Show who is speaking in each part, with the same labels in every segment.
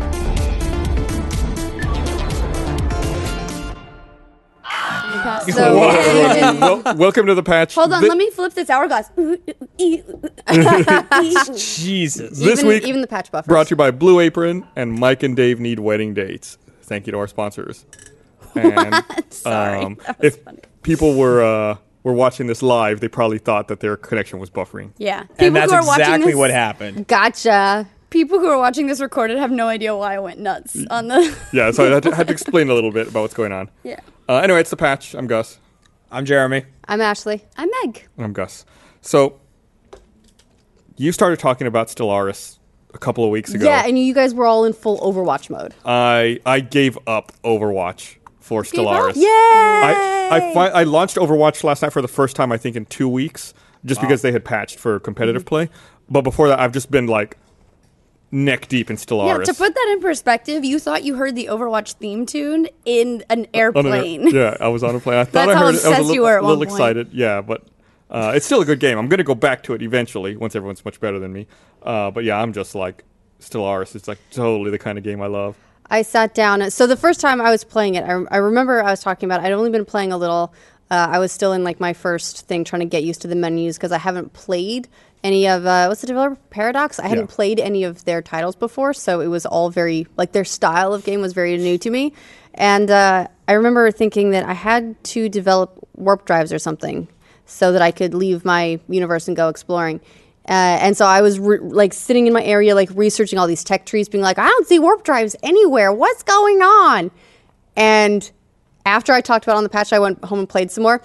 Speaker 1: So
Speaker 2: Wow.
Speaker 1: yeah, yeah, yeah.
Speaker 2: Well, Oh, welcome to the patch.
Speaker 1: hold on,
Speaker 2: Thi-
Speaker 1: let me flip this hourglass.
Speaker 3: Jesus.
Speaker 2: This
Speaker 1: even,
Speaker 2: week
Speaker 1: even the patch buffers.
Speaker 2: Brought to you by Blue Apron and Mike and Dave Need Wedding Dates. Thank you to our sponsors. And, um,
Speaker 1: Sorry, that was
Speaker 2: if
Speaker 1: funny.
Speaker 2: people were uh, were watching this live, they probably thought that their connection was buffering.
Speaker 1: yeah, people
Speaker 3: and that's
Speaker 1: who are watching
Speaker 3: exactly
Speaker 1: this-
Speaker 3: what happened.
Speaker 1: Gotcha. People who are watching this recorded have no idea why I went nuts on the.
Speaker 2: Yeah, so I had to, had to explain a little bit about what's going on.
Speaker 1: Yeah.
Speaker 2: Uh, anyway, it's the patch. I'm Gus.
Speaker 3: I'm Jeremy.
Speaker 4: I'm Ashley.
Speaker 1: I'm Meg.
Speaker 2: And I'm Gus. So you started talking about Stellaris a couple of weeks ago.
Speaker 4: Yeah, and you guys were all in full Overwatch mode.
Speaker 2: I I gave up Overwatch for
Speaker 1: Gave up?
Speaker 2: Stellaris. I I, fi- I launched Overwatch last night for the first time I think in two weeks, just because they had patched for competitive play.
Speaker 1: Mm-hmm.
Speaker 2: But before that, I've just been like neck deep in
Speaker 1: Yeah,
Speaker 2: Stellaris.
Speaker 1: to put that in perspective, you thought you heard the Overwatch theme tune in
Speaker 2: On
Speaker 1: an
Speaker 2: an air-
Speaker 1: airplane.
Speaker 2: yeah, I was on a plane. I thought
Speaker 1: That's
Speaker 2: I
Speaker 1: how
Speaker 2: heard it. I was a
Speaker 1: obsessed
Speaker 2: little,
Speaker 1: you were at
Speaker 2: little
Speaker 1: one point.
Speaker 2: excited. Yeah, but uh, it's still a good game. I'm going to go back to it eventually once everyone's much better than me. Uh, but yeah, I'm just like Stellaris. It's like totally the kind of game I love.
Speaker 4: I sat down. So the first time I was playing it, I, I remember I was talking about. I'd only been playing a little. Uh, I was still in like my first thing, trying to get used to the menus because I haven't played any of uh, what's the developer Paradox. I hadn't
Speaker 2: Yeah.
Speaker 4: played any of their titles before, so it was all very like their style of game was very new to me. And uh, I remember thinking that I had to develop warp drives or something so that I could leave my universe and go exploring. Uh, and so I was re- like sitting in my area, like researching all these tech trees, being like, I don't see warp drives anywhere. What's going on? And after I talked about it on the patch, I went home and played some more.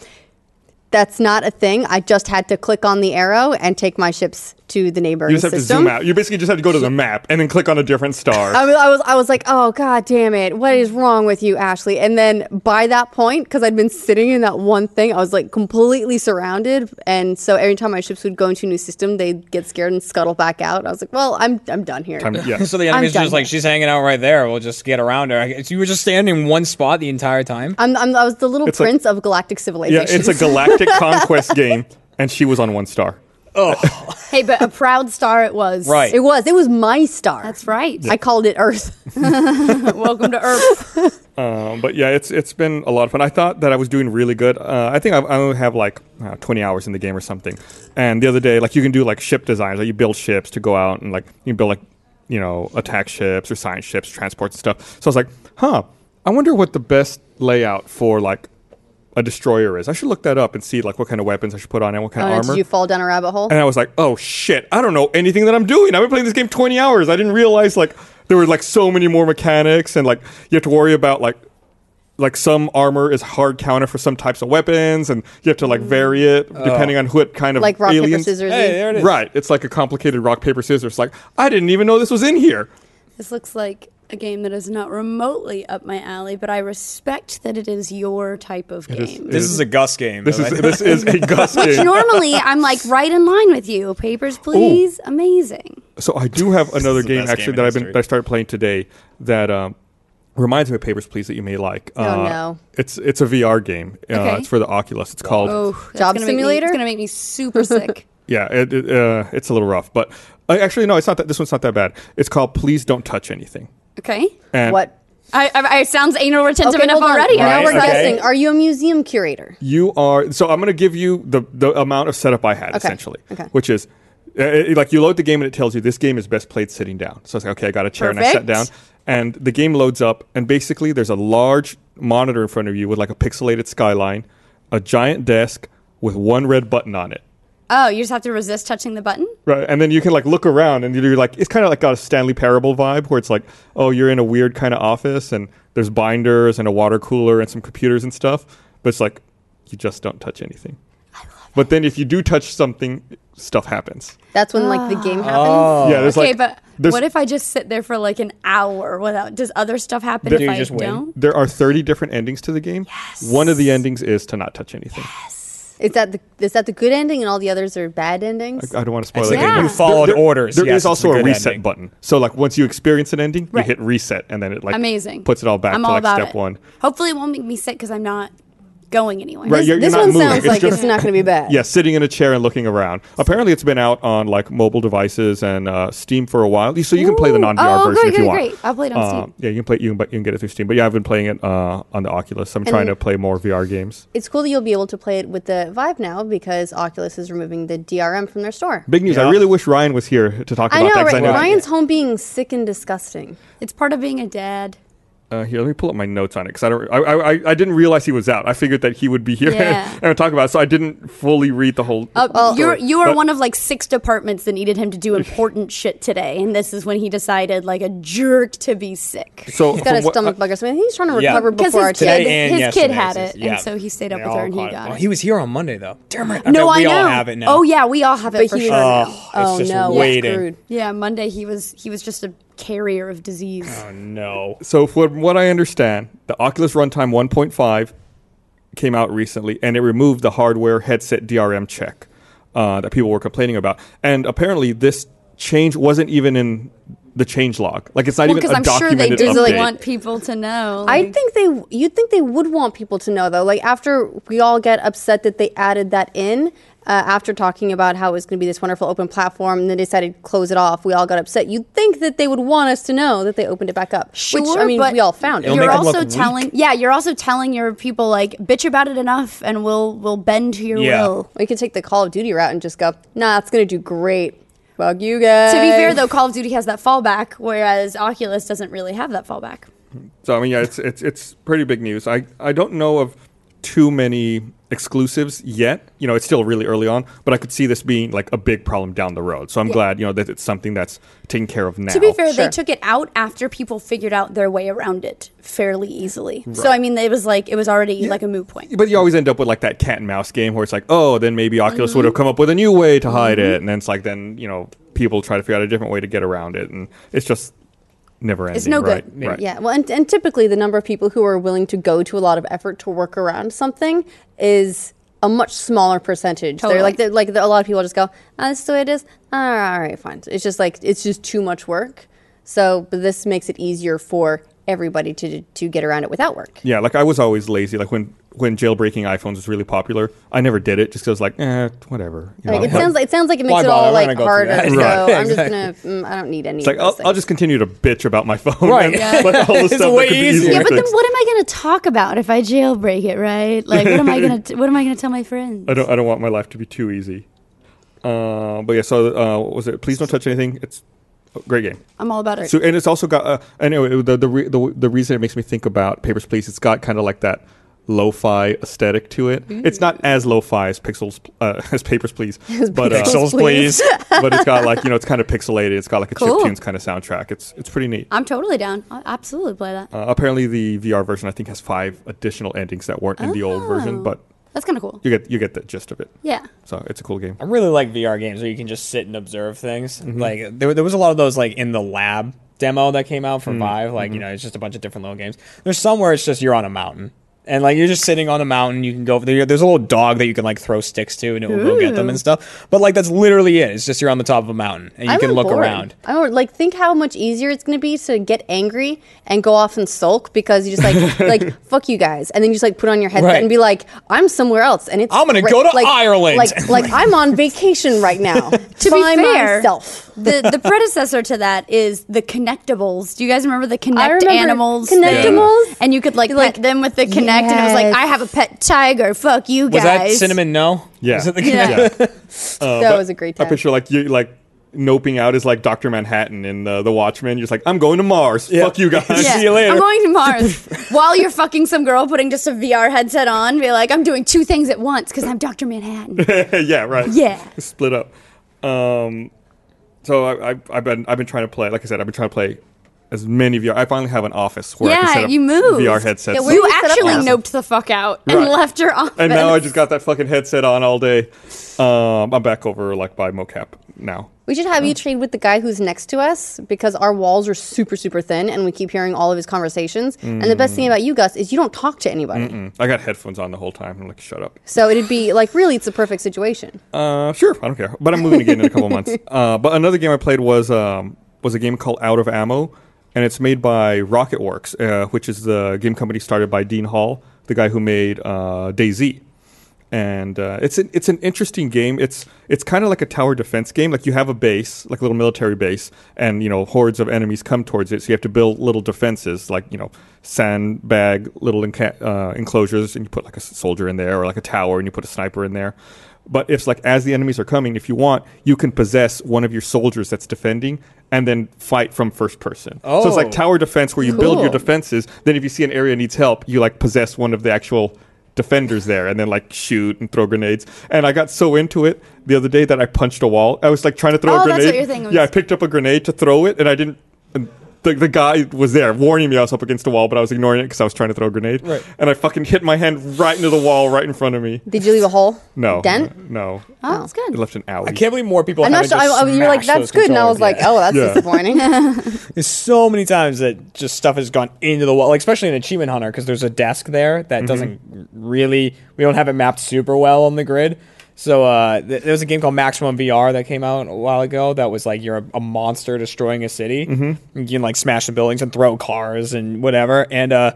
Speaker 4: That's not a thing. I just had to click on the arrow and take my ships to the neighboring
Speaker 2: You just have
Speaker 4: system.
Speaker 2: to zoom out. You basically just have to go to the map and then click on a different star.
Speaker 4: I was, I was, I was like, oh god damn it, what is wrong with you, Ashley? And then by that point, because I'd been sitting in that one thing, I was like completely surrounded, and so every time my ships would go into a new system, they'd get scared and scuttle back out. I was like, well, I'm, I'm done here.
Speaker 2: I'm- yeah.
Speaker 3: So the enemy's
Speaker 4: done
Speaker 3: just like,
Speaker 4: here.
Speaker 3: she's hanging out right there. We'll just get around her. So you were just standing in one spot the entire time?
Speaker 4: I'm, I'm, I was the little
Speaker 2: It's like-
Speaker 4: prince of galactic
Speaker 2: yeah,
Speaker 4: civilization.
Speaker 2: it's a galactic conquest game, and she was on one star.
Speaker 1: Hey, but a proud star it was.
Speaker 3: Right.
Speaker 4: it was, it was my star.
Speaker 1: That's right.
Speaker 4: I called it Earth.
Speaker 1: Welcome to Earth.
Speaker 2: Um, but yeah, it's it's been a lot of fun. I thought that I was doing really good. Uh, I think I, I only have like uh, 20 hours in the game or something. And the other day, like you can do like ship designs, like you build ships to go out and like you build like you know attack ships or science ships, transports and stuff. So I was like, huh, I wonder what the best layout for like a destroyer is. I should look that up and see like what kind of weapons I should put on and what kind
Speaker 4: Oh,
Speaker 2: of
Speaker 4: no,
Speaker 2: armor.
Speaker 4: did you fall down a rabbit hole?
Speaker 2: and I was like, oh shit, I don't know anything that I'm doing. I've been playing this game 20 hours. I didn't realize like there were like so many more mechanics and like you have to worry about like like some armor is hard counter for some types of weapons and you have to like vary it
Speaker 3: Oh.
Speaker 2: depending on what kind of
Speaker 4: like rock paper
Speaker 2: aliens.
Speaker 4: scissors.
Speaker 3: Hey, there it is.
Speaker 2: Right, it's like a complicated rock paper scissors. Like I didn't even know this was in here.
Speaker 1: this looks like a game that is not remotely up my alley, but I respect that it is your type of game.
Speaker 2: is- it
Speaker 3: This is a Gus game.
Speaker 2: This is this is a Gus
Speaker 1: Which
Speaker 2: game.
Speaker 1: normally I'm like right in line with you. Papers, please. Amazing.
Speaker 2: So I do have another
Speaker 3: is the
Speaker 2: game
Speaker 3: best
Speaker 2: actually
Speaker 3: game in
Speaker 2: that I've been
Speaker 3: history.
Speaker 2: that I started playing today that um, reminds me of Papers Please that you may like. Oh
Speaker 4: no.
Speaker 2: It's it's a VR game. Uh,
Speaker 1: Okay.
Speaker 2: It's for the Oculus. It's called
Speaker 1: that's
Speaker 4: Job
Speaker 1: gonna make me-
Speaker 4: simulator?
Speaker 1: it's going to make me super sick.
Speaker 2: yeah. It, it, uh, it's a little rough, but uh, actually no, it's not that. This one's not that bad. It's called Please Don't Touch Anything.
Speaker 1: Okay.
Speaker 2: And
Speaker 4: What?
Speaker 1: I, I, I sounds anal retentive
Speaker 4: Okay,
Speaker 1: enough
Speaker 4: hold on.
Speaker 1: already.
Speaker 4: Now
Speaker 3: Right,
Speaker 4: we're
Speaker 3: okay.
Speaker 4: guessing. Are you a museum curator?
Speaker 2: You are so I'm going to give you the the amount of setup I had essentially,
Speaker 4: okay.
Speaker 2: which is uh, it- like you load the game and it tells you this game is best played sitting down. So it's like okay, I got a chair and I sat
Speaker 1: Perfect.
Speaker 2: down, and the game loads up, and basically there's a large monitor in front of you with like a pixelated skyline, a giant desk with one red button on it.
Speaker 1: Oh, you just have to resist touching the button?
Speaker 2: Right, and then you can like look around, and you're like, it's kind of like got a Stanley Parable vibe, where it's like, oh, you're in a weird kind of office, and there's binders and a water cooler and some computers and stuff, but it's like, you just don't touch anything. But then if you do touch something, stuff happens.
Speaker 4: That's when like the
Speaker 2: Ah.
Speaker 4: game happens.
Speaker 2: yeah, there's
Speaker 1: okay,
Speaker 2: like,
Speaker 1: but
Speaker 2: there's-
Speaker 1: what if I just sit there for like an hour without? Does other stuff happen
Speaker 2: There-
Speaker 1: if
Speaker 2: You
Speaker 1: I
Speaker 3: just win.
Speaker 1: don't?
Speaker 2: there are 30 different endings to the game. Yes. One of the endings is to not touch anything.
Speaker 4: Is that the is that the good ending and all the others are bad endings?
Speaker 2: I don't want to spoil
Speaker 3: It's
Speaker 2: it.
Speaker 3: like
Speaker 1: Yeah.
Speaker 3: you followed orders.
Speaker 2: There
Speaker 3: yes,
Speaker 2: is
Speaker 3: it's
Speaker 2: also a,
Speaker 3: good
Speaker 2: reset
Speaker 3: ending.
Speaker 2: button. So like once you experience an ending,
Speaker 1: Right.
Speaker 2: you hit reset, and then it like
Speaker 1: Amazing.
Speaker 2: puts it all back
Speaker 1: I'm
Speaker 2: to
Speaker 1: all
Speaker 2: like
Speaker 1: about
Speaker 2: step
Speaker 1: it.
Speaker 2: one.
Speaker 1: Hopefully, it won't make me sick because I'm not going anywhere.
Speaker 2: Right,
Speaker 4: This,
Speaker 2: you're- you're
Speaker 4: this
Speaker 2: not
Speaker 4: one
Speaker 2: moving.
Speaker 4: sounds
Speaker 2: It's
Speaker 4: like
Speaker 2: just-
Speaker 4: it's not going to be bad.
Speaker 2: Yeah, sitting in a chair and looking around. Apparently, it's been out on like mobile devices and uh, Steam for a while, so you can play the
Speaker 1: Ooh.
Speaker 2: non-VR
Speaker 1: Oh,
Speaker 2: version
Speaker 1: great,
Speaker 2: if you
Speaker 1: great,
Speaker 2: want.
Speaker 1: great. I'll play it on
Speaker 2: Uh,
Speaker 1: Steam.
Speaker 2: Yeah, you can play. You can, but you can get it through Steam. But yeah, I've been playing it uh, on the Oculus. I'm trying to play more VR games.
Speaker 4: It's cool that you'll be able to play it with the Vive now because Oculus is removing the DRM from their store.
Speaker 2: Big news! I
Speaker 3: Yeah.
Speaker 2: really wish Ryan was here to talk
Speaker 4: I
Speaker 2: about
Speaker 4: know,
Speaker 2: that. 'cause
Speaker 4: right?
Speaker 2: I know
Speaker 4: Ryan's home being sick and disgusting.
Speaker 1: It's part of being a dad.
Speaker 2: Uh, here, let me pull up my notes on it because I don't. I, I, I- I didn't realize he was out. I figured that he would be here
Speaker 1: Yeah.
Speaker 2: and, would talk about. it, so I didn't fully read the whole.
Speaker 1: Uh,
Speaker 4: Well-
Speaker 1: you're you are
Speaker 2: But-
Speaker 1: one of like six departments that needed him to do important shit today, and this is when he decided like a jerk to be sick.
Speaker 2: so
Speaker 4: He's got a
Speaker 2: from what- uh,
Speaker 4: stomach bug or something. He's trying to
Speaker 3: Yeah.
Speaker 4: recover
Speaker 1: Because
Speaker 4: before our
Speaker 1: his kid-
Speaker 4: kid.
Speaker 1: his kid
Speaker 3: yesterday,
Speaker 1: had
Speaker 3: it's
Speaker 1: it, and so he stayed up
Speaker 3: They
Speaker 1: with her
Speaker 3: all
Speaker 1: and he
Speaker 3: caught
Speaker 1: got
Speaker 3: Oh,
Speaker 1: it.
Speaker 3: he was here on Monday though. Damn it!
Speaker 1: no,
Speaker 3: bet
Speaker 1: I
Speaker 3: we
Speaker 1: know.
Speaker 3: all have it now.
Speaker 1: Oh yeah, we all have it
Speaker 4: But
Speaker 1: for
Speaker 4: he was,
Speaker 1: sure.
Speaker 2: Uh,
Speaker 3: Oh, it's
Speaker 4: oh
Speaker 3: just
Speaker 4: no,
Speaker 3: waiting.
Speaker 4: screwed.
Speaker 1: yeah, Monday he was he was just a carrier of disease.
Speaker 3: Oh no.
Speaker 2: So from what I understand, the Oculus Runtime 1.5 came out recently, and it removed the hardware headset DRM check uh, that people were complaining about. And apparently, this change wasn't even in the change log. Like it's not
Speaker 1: Well,
Speaker 2: even
Speaker 1: because
Speaker 2: a
Speaker 1: I'm sure they
Speaker 2: documented
Speaker 1: do
Speaker 2: update.
Speaker 1: like, want people to know.
Speaker 4: I
Speaker 1: like-
Speaker 4: think they you'd think they would want people to know though. Like after we all get upset that they added that in uh, after talking about how it was going to be this wonderful open platform and then they decided to close it off, we all got upset. You'd think that they would want us to know that they opened it back up. which I mean,
Speaker 1: but
Speaker 4: we all found it.
Speaker 3: It'll
Speaker 1: You're
Speaker 3: make 'em look
Speaker 1: also
Speaker 3: weak.
Speaker 1: telling, yeah, you're also telling your people like bitch about it enough, and we'll we'll bend to your
Speaker 3: Yeah.
Speaker 1: will.
Speaker 4: We could take the Call of Duty route and just go, nah, it's going to do great. Bug you guys.
Speaker 1: To be fair, though, Call of Duty has that fallback, whereas Oculus doesn't really have that fallback.
Speaker 2: So I mean, yeah, it's it's it's pretty big news. I I don't know of too many exclusives yet. You know, it's still really early on, but I could see this being like a big problem down the road. So I'm glad you know that it's something that's taken care of now.
Speaker 1: To be fair, they
Speaker 4: Sure.
Speaker 1: took it out after people figured out their way around it fairly easily. So I mean, it was like it was already like a moot point.
Speaker 2: But you always end up with like that cat and mouse game where it's like, oh, then maybe Oculus would have come up with a new way to hide it, and then it's like then you know people try to figure out a different way to get around it, and it's just never ending.
Speaker 1: no
Speaker 2: right?
Speaker 1: good.
Speaker 2: Right.
Speaker 4: Yeah, well, and, and typically the number of people who are willing to go to a lot of effort to work around something is a much smaller percentage. They're like,
Speaker 1: Totally.
Speaker 4: they're, like a lot of people just go, ah, "This is the way it is." All right, all right, fine. It's just like it's just too much work. So, but this makes it easier for everybody to to get around it without work.
Speaker 2: Yeah, like I was always lazy. Like when when jailbreaking iPhones was really popular, I never did it just because like, eh, whatever. you
Speaker 4: Like,
Speaker 2: know?
Speaker 4: it sounds like it sounds like it
Speaker 3: Why
Speaker 4: makes it
Speaker 3: bother?
Speaker 4: all
Speaker 3: I'm
Speaker 4: like
Speaker 3: gonna go through
Speaker 4: harder.
Speaker 3: that.
Speaker 4: So
Speaker 2: Right.
Speaker 4: I'm just gonna, mm, I don't need any.
Speaker 2: It's like
Speaker 4: of
Speaker 2: I'll,
Speaker 4: those
Speaker 2: I'll
Speaker 4: things.
Speaker 2: just continue to bitch about my phone.
Speaker 3: Right.
Speaker 2: and,
Speaker 3: Yeah.
Speaker 2: like, all the
Speaker 3: It's
Speaker 2: stuff
Speaker 3: way
Speaker 2: that could be
Speaker 3: easier.
Speaker 1: Yeah,
Speaker 2: easily
Speaker 1: but then
Speaker 2: fixed.
Speaker 1: what am I going to talk about if I jailbreak it? Right? Like, what am I going to what am I going to tell my friends?
Speaker 2: I don't. I don't want my life to be too easy. Uh, but yeah. So uh, what was it? Please don't touch anything. It's a great game.
Speaker 1: I'm all about it.
Speaker 2: So and it's also got. Uh, anyway, the the, re- the the reason it makes me think about Papers Please, it's got kind of like that lo-fi aesthetic to it.
Speaker 1: Mm.
Speaker 2: It's not as lo-fi as Pixels uh, as Papers Please, but uh,
Speaker 3: Pixels, please.
Speaker 2: but it's got like you know it's kind of pixelated. It's got like a
Speaker 1: Cool.
Speaker 2: chip tunes kind of soundtrack. It's it's pretty neat.
Speaker 1: I'm totally down. I'll absolutely play that.
Speaker 2: Uh, apparently, the VR version I think has five additional endings that weren't in the old version,
Speaker 1: Oh.
Speaker 2: but
Speaker 1: That's kind of cool.
Speaker 2: you get you get the gist of it.
Speaker 1: Yeah.
Speaker 2: So it's a cool game.
Speaker 3: I really like VR games where you can just sit and observe things. Like there, there was a lot of those like in the lab demo that came out for Vive. Like you know, it's just a bunch of different little games. There's some where it's just you're on a mountain. And like you're just sitting on a mountain, you can go. There, there's a little dog that you can like throw sticks to, and it will go get them and stuff. But like that's literally it. It's just you're on the top of a mountain, and you
Speaker 4: I'm
Speaker 3: can
Speaker 4: on
Speaker 3: look
Speaker 4: board.
Speaker 3: around.
Speaker 4: I don't like think how much easier it's going to be to get angry and go off and sulk because you just like like fuck you guys, and then you just like put on your headset
Speaker 3: Right.
Speaker 4: and be like, I'm somewhere else, and it's
Speaker 3: I'm gonna
Speaker 4: great.
Speaker 3: go to Ireland.
Speaker 4: Like like I'm on vacation right now
Speaker 1: to
Speaker 4: by
Speaker 1: be fair,
Speaker 4: myself.
Speaker 1: the the predecessor to that is the Connectables. Do you guys remember the Connect
Speaker 4: remember
Speaker 1: Animals?
Speaker 4: Connectimals.
Speaker 1: thing? And you could like
Speaker 4: You're
Speaker 1: pet
Speaker 4: like,
Speaker 1: them with the Connect, and it was like,
Speaker 4: yes.
Speaker 1: I have a pet tiger. Fuck you
Speaker 3: Was that
Speaker 1: guys.
Speaker 3: cinnamon? No.
Speaker 2: Yeah.
Speaker 3: Was it the
Speaker 1: Yeah.
Speaker 2: Yeah.
Speaker 3: Uh,
Speaker 4: that was a great
Speaker 2: Uh, I
Speaker 4: time.
Speaker 2: picture like you like noping out is like Doctor Manhattan in the, the Watchmen. You're just like, I'm going to Mars.
Speaker 3: Yeah.
Speaker 2: Fuck you guys.
Speaker 1: Yeah.
Speaker 3: See you later.
Speaker 1: I'm going to Mars while you're fucking some girl, putting just a VR headset on. Be like, I'm doing two things at once because I'm Doctor Manhattan.
Speaker 2: yeah, right.
Speaker 1: Yeah.
Speaker 2: Split up. Um, so I, I, I've been I've been trying to play. Like I said, I've been trying to play as many VR. I finally have an office where I can set
Speaker 1: yeah,
Speaker 2: up
Speaker 1: you moved.
Speaker 2: VR headsets.
Speaker 1: Yeah,
Speaker 4: where
Speaker 1: you
Speaker 4: you set up
Speaker 1: actually
Speaker 4: office.
Speaker 1: noped the fuck out and
Speaker 2: Right.
Speaker 1: left her office.
Speaker 2: and now I just got that fucking headset on all day. Um, I'm back over like by mocap now.
Speaker 4: We should have you
Speaker 3: Uh-huh.
Speaker 4: trade with the guy who's next to us because our walls are super super thin, and we keep hearing all of his conversations. And the best
Speaker 3: Mm.
Speaker 4: thing about you, Gus, is you don't talk to anybody.
Speaker 2: Hmm. I got headphones on the whole time. I'm like, shut up.
Speaker 4: So it'd be like really, it's a perfect situation.
Speaker 2: Uh, sure, I don't care. But I'm moving again in a couple months. Uh, but another game I played was um, was a game called Out of Ammo, and it's made by Rocketworks, uh, which is the game company started by Dean Hall, the guy who made uh, DayZ. And uh, it's an, it's an interesting game. It's it's kind of like a tower defense game. Like you have a base, like a little military base, and you know hordes of enemies come towards it. So you have to build little defenses, like you know sandbag little enca- uh, enclosures, and you put like a s- soldier in there, or like a tower, and you put a sniper in there. But if like as the enemies are coming, if you want, you can possess one of your soldiers that's defending and then fight from first person. So it's
Speaker 3: Oh.
Speaker 2: like tower defense where you build your
Speaker 4: Cool.
Speaker 2: defenses. Then if you see an area needs help, you like possess one of the actual defenders there and then like shoot and throw grenades. And I got so into it the other day that I punched a wall. I was like trying to throw
Speaker 1: Oh,
Speaker 2: a
Speaker 1: that's what
Speaker 2: grenade.
Speaker 1: your thing was.
Speaker 2: Yeah, I picked up a grenade to throw it and I didn't and the, the guy was there warning me I was up against the wall, but I was ignoring it because I was trying to throw a grenade.
Speaker 3: Right.
Speaker 2: And I fucking hit my hand right into the wall right in front of me.
Speaker 4: Did you leave a hole?
Speaker 2: No.
Speaker 4: Dent?
Speaker 2: No.
Speaker 1: Oh, that's
Speaker 2: It
Speaker 1: good.
Speaker 2: left an alley.
Speaker 3: I can't believe more people.
Speaker 4: I'm not sure.
Speaker 3: haven't
Speaker 4: I,
Speaker 3: just
Speaker 4: I, you were like,
Speaker 3: smashed
Speaker 4: that's
Speaker 3: those
Speaker 4: good. And I was
Speaker 3: controllers
Speaker 4: like,
Speaker 3: yet.
Speaker 4: oh, that's
Speaker 2: Yeah.
Speaker 4: disappointing.
Speaker 3: There's so many times that just stuff has gone into the wall, like, especially in Achievement Hunter, because there's a desk there that doesn't really. We don't have it mapped super well on the grid. So uh, th- there was a game called Maximum VR that came out a while ago that was like you're a, a monster destroying a city. Mm-hmm. You can like smash the buildings and throw cars and whatever. And uh,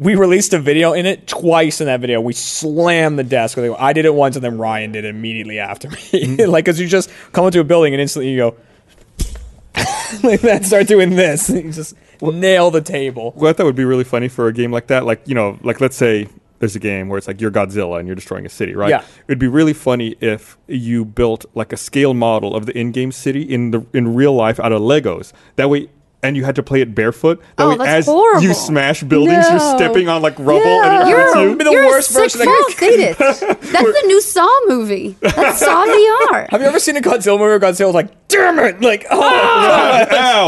Speaker 3: we released a video in it twice. In that video, we slammed the desk. with it. I did it once, and then Ryan did it immediately after me. like, because you just come into a building and instantly you go, like that start doing this and you just nail the table
Speaker 2: Well, I thought it would be really funny for a game like that. Like, you know, like let's say there's a game where it's like you're Godzilla and you're destroying a city, right?
Speaker 3: Yeah.
Speaker 2: It'd be really funny if you built like a scale model of the in-game city in the in real life out of Legos. That way and you had to play it barefoot. That
Speaker 1: Oh,
Speaker 2: way
Speaker 1: that's
Speaker 2: as
Speaker 1: horrible.
Speaker 2: you smash buildings,
Speaker 1: No.
Speaker 2: you're stepping on like rubble and it
Speaker 1: No.
Speaker 2: hurts
Speaker 1: You're-
Speaker 2: you.
Speaker 3: Be the
Speaker 1: You're a
Speaker 3: worst version
Speaker 1: sick
Speaker 3: I
Speaker 1: fuck.
Speaker 4: Date it.
Speaker 1: That's the new Saw movie. That's Saw VR.
Speaker 3: have you ever seen a godzilla movie where godzilla was like damn it like oh
Speaker 2: Ow!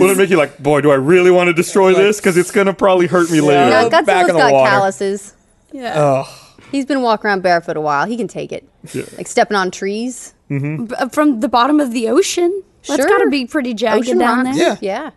Speaker 2: Will it make you like, boy, do I really want to destroy this? Because it's gonna probably hurt me later.
Speaker 4: Now,
Speaker 3: Yeah. Back
Speaker 4: Godzilla's
Speaker 3: in the
Speaker 4: got
Speaker 3: water.
Speaker 4: calluses.
Speaker 1: Yeah.
Speaker 4: He's been walking around barefoot a while. He can take it. Like stepping on trees.
Speaker 1: B- uh, from the bottom of the ocean. That's
Speaker 4: Sure.
Speaker 1: got to be pretty jagged
Speaker 4: Ocean
Speaker 1: down
Speaker 4: rocks.
Speaker 1: there.
Speaker 3: Yeah.
Speaker 4: Yeah.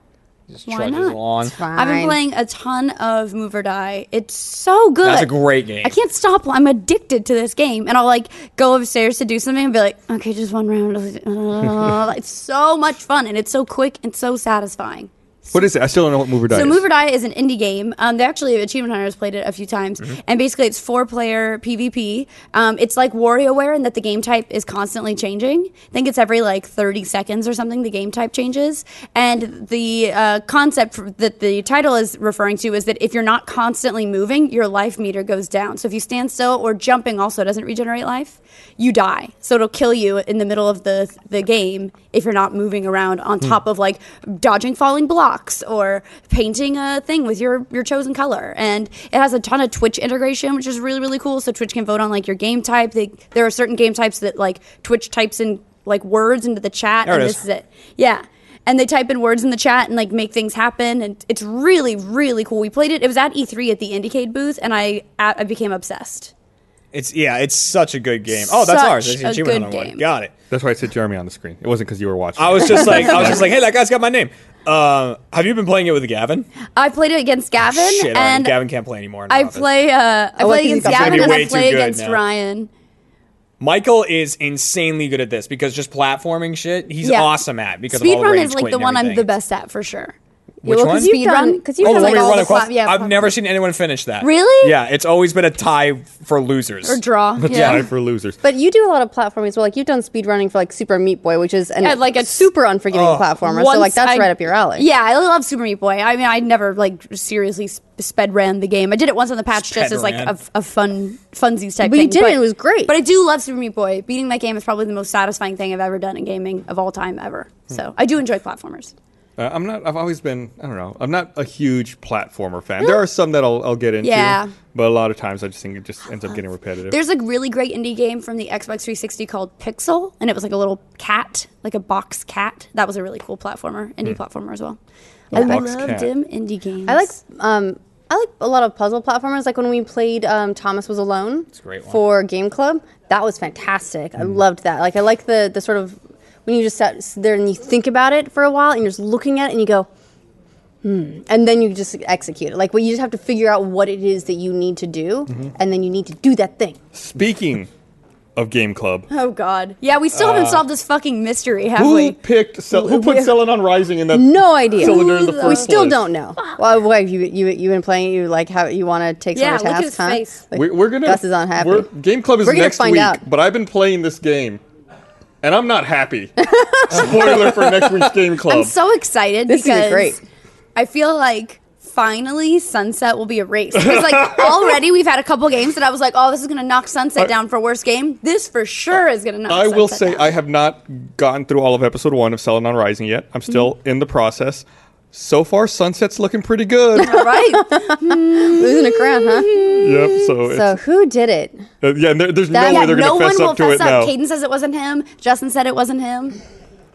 Speaker 3: just
Speaker 1: Why
Speaker 3: trudges
Speaker 1: not?
Speaker 3: along
Speaker 1: I've been
Speaker 4: Fine.
Speaker 1: playing a ton of Move or Die. It's so good.
Speaker 3: that's a great game
Speaker 1: I can't stop. I'm addicted to this game, and I'll like go upstairs to do something and be like, "Okay, just one round." Uh, it's so much fun, and it's so quick and so satisfying.
Speaker 2: What is it? I still don't know what mover die
Speaker 1: So
Speaker 2: is.
Speaker 1: Move or Die is an indie game. Um, they actually Achievement Hunter has played it a few times, and basically it's four player PvP. Um, it's like WarioWare in that the game type is constantly changing. I think it's every like 30 seconds or something the game type changes, and the uh, concept for, that the title is referring to is that if you're not constantly moving, your life meter goes down. So if you stand still or jumping also doesn't regenerate life, you die. So it'll kill you in the middle of the the game if you're not moving around on
Speaker 3: Hmm.
Speaker 1: top of like dodging falling blocks or painting a thing with your your chosen color. And it has a ton of Twitch integration, which is really really cool. So Twitch can vote on like your game type. They, there are certain game types that like Twitch types in like words into the chat,
Speaker 3: There it
Speaker 1: and
Speaker 3: is.
Speaker 1: this is it. Yeah. And they type in words in the chat and like make things happen, and it's really, really cool. We played it. It was at E3 at the Indicate booth, and I I became obsessed.
Speaker 3: it's yeah it's such a good game oh that's
Speaker 1: Such
Speaker 3: ours it's
Speaker 1: a
Speaker 3: achievement
Speaker 1: good
Speaker 3: hunter one
Speaker 1: game.
Speaker 3: got it
Speaker 2: That's why I said Jeremy on the screen. It wasn't because you were watching.
Speaker 3: i was just like i was just like hey that guy's got my name uh, have you been playing it with gavin
Speaker 1: I played it against Gavin,
Speaker 3: shit alright,
Speaker 1: and
Speaker 3: gavin can't play anymore in
Speaker 1: I
Speaker 3: office.
Speaker 1: play. Uh, I
Speaker 4: like
Speaker 1: play
Speaker 4: that
Speaker 1: against
Speaker 4: he's got
Speaker 1: Gavin
Speaker 4: somebody
Speaker 1: and
Speaker 3: way
Speaker 1: I
Speaker 3: too
Speaker 1: play
Speaker 3: good
Speaker 1: against
Speaker 3: now.
Speaker 1: Ryan.
Speaker 3: michael is insanely good at this because just platformming shit he's
Speaker 1: Yeah.
Speaker 3: awesome at because of all the
Speaker 1: speedrun
Speaker 3: rage
Speaker 1: is like
Speaker 3: quit
Speaker 1: the
Speaker 3: and
Speaker 1: one I'm the
Speaker 3: everything.
Speaker 1: best at for sure.
Speaker 3: Which
Speaker 4: well,
Speaker 3: one?
Speaker 4: Because you've
Speaker 1: Speedrun?
Speaker 4: done, cause you've
Speaker 3: Oh,
Speaker 4: done
Speaker 3: let
Speaker 4: like
Speaker 3: me
Speaker 4: all
Speaker 3: run
Speaker 4: the
Speaker 3: across.
Speaker 4: plat- yeah,
Speaker 3: I've never seen anyone finish that.
Speaker 1: Really?
Speaker 3: Yeah, it's always been a tie for losers.
Speaker 1: Or draw.
Speaker 2: yeah.
Speaker 1: Yeah.
Speaker 2: for losers.
Speaker 4: But you do a lot of platforming as well. Like you've done speedrunning for like Super Meat Boy, which is an,
Speaker 1: Yeah, like
Speaker 4: like a
Speaker 1: it's-
Speaker 4: super unforgiving
Speaker 3: Oh.
Speaker 4: platformer. So like
Speaker 1: Once
Speaker 4: that's
Speaker 1: I-
Speaker 4: right up your alley.
Speaker 1: Yeah, I love Super Meat Boy. I mean, I never like seriously sp- sped ran the game. I did it once on the patch just
Speaker 3: Sped
Speaker 1: as like
Speaker 3: ran.
Speaker 1: a, a fun funsies type.
Speaker 4: But you
Speaker 1: thing,
Speaker 4: did it, it was great.
Speaker 1: But I do love Super Meat Boy. Beating that game is probably the most satisfying thing I've ever done in gaming of all time ever.
Speaker 3: Hmm.
Speaker 1: So I do enjoy platformers.
Speaker 2: Uh, I'm not. I've always been. I don't know. I'm not a huge platformer fan. There are some that I'll, I'll get into.
Speaker 1: Yeah.
Speaker 2: But a lot of times, I just think it just ends up getting repetitive.
Speaker 1: There's a really great indie game from the Xbox 360 called Pixel, and it was like a little cat, like a box cat. That was a really cool platformer, indie platformer as well. I
Speaker 2: Hmm. box
Speaker 1: love
Speaker 2: cat.
Speaker 1: dim indie games.
Speaker 4: I like um I like a lot of puzzle platformers. Like when we played um, Thomas Was Alone
Speaker 3: a great one.
Speaker 4: for Game Club, that was fantastic. I
Speaker 2: Mm.
Speaker 4: loved that. Like I like the the sort of when you just sat sit there and you think about it for a while and you're just looking at it and you go, hmm, and then you just execute it. Like well, you just have
Speaker 2: Mm-hmm.
Speaker 4: to figure out what it is that you need to do, and then you need to do that thing.
Speaker 2: Speaking of Game Club.
Speaker 1: Oh God. Yeah, we still haven't solved this fucking mystery, have
Speaker 2: Uh, Who
Speaker 1: we?
Speaker 2: picked Cel- who put Celadon Rising in that?
Speaker 4: No idea.
Speaker 2: Cylinder in the
Speaker 1: Who the-
Speaker 2: first
Speaker 4: we still
Speaker 2: place?
Speaker 4: don't know. Well, what, you you you been playing it? You like how you want to take some
Speaker 1: Yeah, look
Speaker 4: task?
Speaker 1: at his
Speaker 4: huh?
Speaker 1: face.
Speaker 4: Like,
Speaker 2: We, we're gonna.
Speaker 4: Gus is unhappy.
Speaker 2: we're- Game Club is
Speaker 4: We're gonna
Speaker 2: next
Speaker 4: find
Speaker 2: week,
Speaker 4: out.
Speaker 2: but I've been playing this game, and I'm not happy. Spoiler for next week's Game Club.
Speaker 1: I'm so excited
Speaker 4: This is
Speaker 1: because
Speaker 4: great.
Speaker 1: I feel like finally Sunset will be erased. Because like already we've had a couple games that I was like, oh, this is gonna knock Sunset
Speaker 2: I-
Speaker 1: down for worst game. This for sure is gonna knock.
Speaker 2: I will
Speaker 1: Sunset
Speaker 2: say
Speaker 1: down.
Speaker 2: I have not gotten through all of episode one of Celadon Rising yet.
Speaker 1: Mm-hmm.
Speaker 2: I'm still in the process. So far, Sunset's looking pretty good.
Speaker 1: All right.
Speaker 4: losing a crown, huh?
Speaker 2: yep. So,
Speaker 4: So
Speaker 2: it's, who,
Speaker 4: who did it?
Speaker 2: yeah, and there, there's
Speaker 1: That-
Speaker 2: no
Speaker 1: yeah,
Speaker 2: way they're
Speaker 1: no
Speaker 2: going to fess
Speaker 1: one
Speaker 2: up to
Speaker 1: will
Speaker 2: it
Speaker 1: fess
Speaker 2: now.
Speaker 1: up. Caden says it wasn't him. Justin said it wasn't him.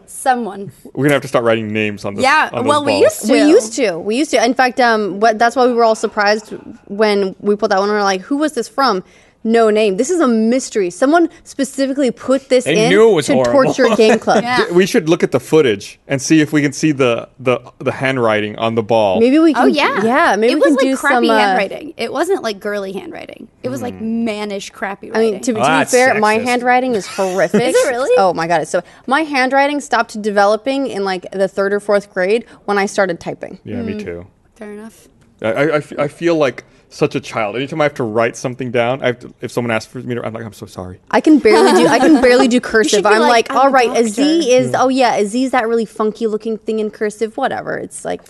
Speaker 1: Someone.
Speaker 2: We're gonna have to start writing names on this.
Speaker 1: Yeah,
Speaker 2: on those
Speaker 1: well, we
Speaker 2: balls.
Speaker 1: used to.
Speaker 4: We used to. We used to. In fact, um, what, that's why we were all surprised when we pulled that one. We were like, "Who was this from?" No name. This is a mystery. Someone specifically put this
Speaker 3: They
Speaker 4: in
Speaker 3: knew it was
Speaker 4: to
Speaker 3: horrible.
Speaker 4: torture Game Club.
Speaker 1: Yeah.
Speaker 2: We should look at the footage and see if we can see the the, the handwriting on the ball.
Speaker 4: Maybe we can.
Speaker 1: Oh yeah,
Speaker 4: yeah. Maybe
Speaker 1: it
Speaker 4: we
Speaker 1: was
Speaker 4: can
Speaker 1: like
Speaker 4: do
Speaker 1: crappy
Speaker 4: some uh,
Speaker 1: handwriting. It wasn't like girly handwriting. It was like
Speaker 2: Hmm.
Speaker 1: mannish crappy
Speaker 4: I
Speaker 1: writing.
Speaker 4: mean, to, be-
Speaker 3: Oh,
Speaker 4: to be
Speaker 3: that's
Speaker 4: fair, my
Speaker 3: sexist.
Speaker 4: handwriting is horrific.
Speaker 1: Is it really?
Speaker 4: Oh my god! it's So my handwriting stopped developing in like the third or fourth grade when I started typing.
Speaker 2: yeah,
Speaker 1: Hmm.
Speaker 2: me too.
Speaker 1: fair enough.
Speaker 2: I, I- I, f- I feel like such a child. Anytime I have to write something down, I have to, if someone asks for me to, I'm like, I'm so sorry.
Speaker 4: I can barely do. I can barely do
Speaker 1: should
Speaker 4: cursive.
Speaker 1: be
Speaker 4: I'm
Speaker 1: like,
Speaker 4: like,
Speaker 1: I'm
Speaker 4: all
Speaker 1: a
Speaker 4: right, a
Speaker 1: doctor."
Speaker 4: Z
Speaker 3: Hmm.
Speaker 4: is. Oh yeah, a Z is that really funky looking thing in cursive. Whatever. It's like.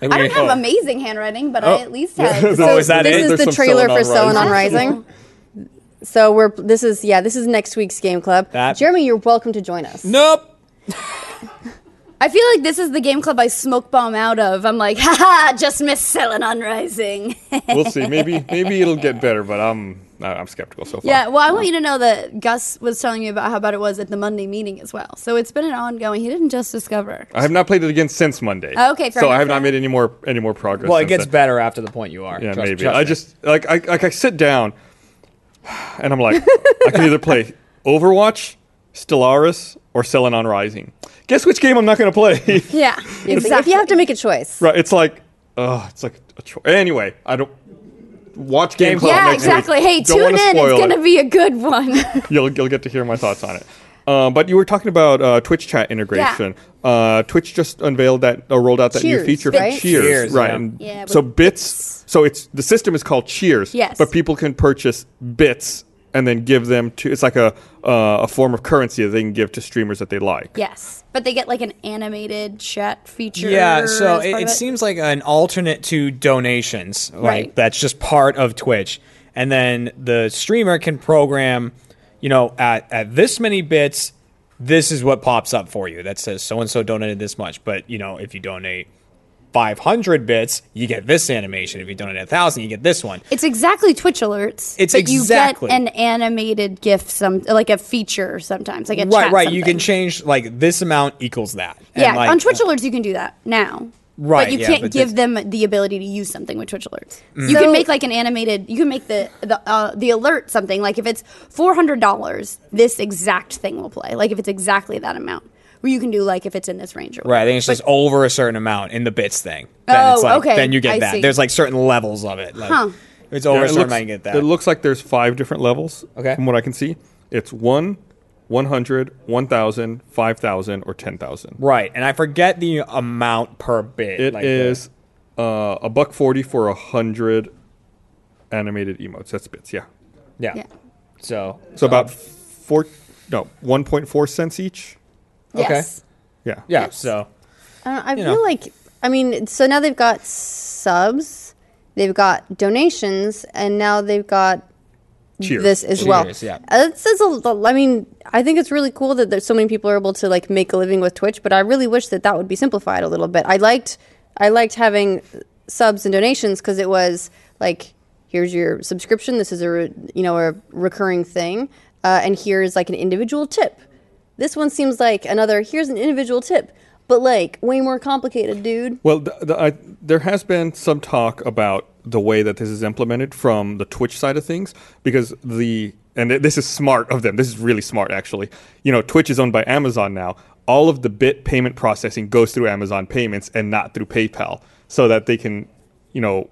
Speaker 3: Like,
Speaker 1: I
Speaker 3: we-
Speaker 1: don't have
Speaker 3: oh.
Speaker 2: uh,
Speaker 1: amazing handwriting, but I at least
Speaker 2: Yeah.
Speaker 1: have.
Speaker 2: So
Speaker 3: Oh, is that
Speaker 4: this
Speaker 3: it?
Speaker 4: is
Speaker 2: There's
Speaker 4: the
Speaker 2: some
Speaker 4: trailer for
Speaker 2: Celadon
Speaker 4: Celadon
Speaker 1: Rising.
Speaker 4: Rising. So we're this is yeah this is next week's game club.
Speaker 3: That-
Speaker 4: Jeremy, you're welcome to join us.
Speaker 3: Nope.
Speaker 1: I feel like this is the game club I smoke bomb out of. I'm like, haha, just miss selling on Rising.
Speaker 2: We'll see. Maybe maybe it'll get better, but I'm I- I'm skeptical so far.
Speaker 1: yeah, well, I want you to know that Gus was telling me about how bad it was at the Monday meeting as well. So it's been an ongoing. He didn't just discover.
Speaker 2: I have not played it again since Monday.
Speaker 1: Okay, fair
Speaker 2: so I
Speaker 1: enough,
Speaker 2: have
Speaker 1: fair
Speaker 2: not made any more any more progress.
Speaker 3: Well, it
Speaker 2: since
Speaker 3: gets
Speaker 2: then.
Speaker 3: better after the point you are.
Speaker 2: Yeah,
Speaker 3: Trust-
Speaker 2: maybe.
Speaker 3: trust
Speaker 2: I
Speaker 3: me.
Speaker 2: just like I like I sit down, and I'm like, I can either play Overwatch, Stellaris, or Celadon Rising. Guess which game I'm not going to play.
Speaker 1: Yeah,
Speaker 4: If- If you have to make a choice,
Speaker 2: right? It's like, oh, it's like a cho- anyway. I don't watch Game
Speaker 3: Game
Speaker 2: Club.
Speaker 1: yeah,
Speaker 2: next week.
Speaker 1: exactly. Hey,
Speaker 2: Don't
Speaker 1: tune in.
Speaker 2: wanna spoil
Speaker 1: It's
Speaker 2: it.
Speaker 1: gonna be a good one.
Speaker 2: you'll you'll get to hear my thoughts on it. Uh, but you were talking about uh, Twitch chat integration. Uh, Twitch just unveiled that uh, rolled out that
Speaker 4: Cheers,
Speaker 2: new feature
Speaker 4: right?
Speaker 2: for Cheers,
Speaker 3: Cheers,
Speaker 2: right?
Speaker 3: yeah.
Speaker 2: and
Speaker 1: Yeah,
Speaker 2: so
Speaker 1: with
Speaker 2: bits, So it's the system is called Cheers.
Speaker 1: Yes.
Speaker 2: But people can purchase bits and then give them to. It's like a uh, a form of currency that they can give to streamers that they like.
Speaker 1: yes, but they get like an animated chat feature.
Speaker 3: Yeah, so
Speaker 1: as
Speaker 3: it,
Speaker 1: part
Speaker 3: it
Speaker 1: of
Speaker 3: seems like an alternate to donations, like
Speaker 1: Right.
Speaker 3: that's just part of Twitch, and then the streamer can program, you know, at at this many bits, this is what pops up for you that says so and so donated this much, but you know if you donate. 500 bits, you get this animation. If you donate a thousand, you get this one.
Speaker 1: It's exactly Twitch alerts.
Speaker 3: It's
Speaker 1: but
Speaker 3: exactly-
Speaker 1: you get an animated GIF, some like a feature sometimes, like a
Speaker 3: right,
Speaker 1: chat
Speaker 3: right. You
Speaker 1: something.
Speaker 3: can change like this amount equals that. And,
Speaker 1: yeah,
Speaker 3: like, uh,
Speaker 1: on Twitch alerts you can do that now.
Speaker 3: Right,
Speaker 1: but you
Speaker 3: yeah,
Speaker 1: can't
Speaker 3: but
Speaker 1: give
Speaker 3: this-
Speaker 1: them the ability to use something with Twitch alerts. You can make like an animated. You can make the the uh, the alert something like if it's four hundred dollars, this exact thing will play. Like if it's exactly that amount, or you can do like if it's in this range. Or
Speaker 3: Right, I think it's just over a certain amount in the bits thing.
Speaker 1: Oh,
Speaker 3: it's like,
Speaker 1: okay,
Speaker 3: Then you get
Speaker 1: I
Speaker 3: that.
Speaker 1: see.
Speaker 3: There's like certain levels of it. Like,
Speaker 1: Huh.
Speaker 3: if It's over
Speaker 2: Yeah,
Speaker 3: a
Speaker 2: it,
Speaker 3: certain
Speaker 2: looks,
Speaker 3: amount. You get that.
Speaker 2: it looks like there's five different levels.
Speaker 3: Okay.
Speaker 2: From what I can see, it's one, 100, 1,000, 5,000, or 10,000.
Speaker 3: right, and I forget the amount per bit.
Speaker 2: It
Speaker 3: like the-
Speaker 2: is uh, a buck forty for a hundred animated emotes. That's bits, yeah.
Speaker 3: yeah.
Speaker 1: Yeah.
Speaker 3: So
Speaker 2: So about four, no, one point four cents each.
Speaker 3: Uh, Okay.
Speaker 1: Yes.
Speaker 2: Yeah.
Speaker 3: yeah. So
Speaker 4: I, don't, I
Speaker 3: You
Speaker 4: feel
Speaker 3: know.
Speaker 4: like I mean, so now they've got subs, they've got donations, and now they've got
Speaker 2: Cheers.
Speaker 4: this as well.
Speaker 3: Cheers, yeah.
Speaker 4: Uh, It says a l- I mean, I think it's really cool that there's so many people are able to like make a living with Twitch, but I really wish that that would be simplified a little bit. I liked I liked having subs and donations because it was like here's your subscription. This is a re- you know a recurring thing, uh, and here's like an individual tip. This one seems like another here's an individual tip, but like way more complicated, dude.
Speaker 2: Well, th the, I, there has been some talk about the way that this is implemented from the Twitch side of things because the and th- this is smart of them. This is really smart, actually. You know, Twitch is owned by Amazon now. All of the bit payment processing goes through Amazon Payments and not through PayPal, so that they can, you know,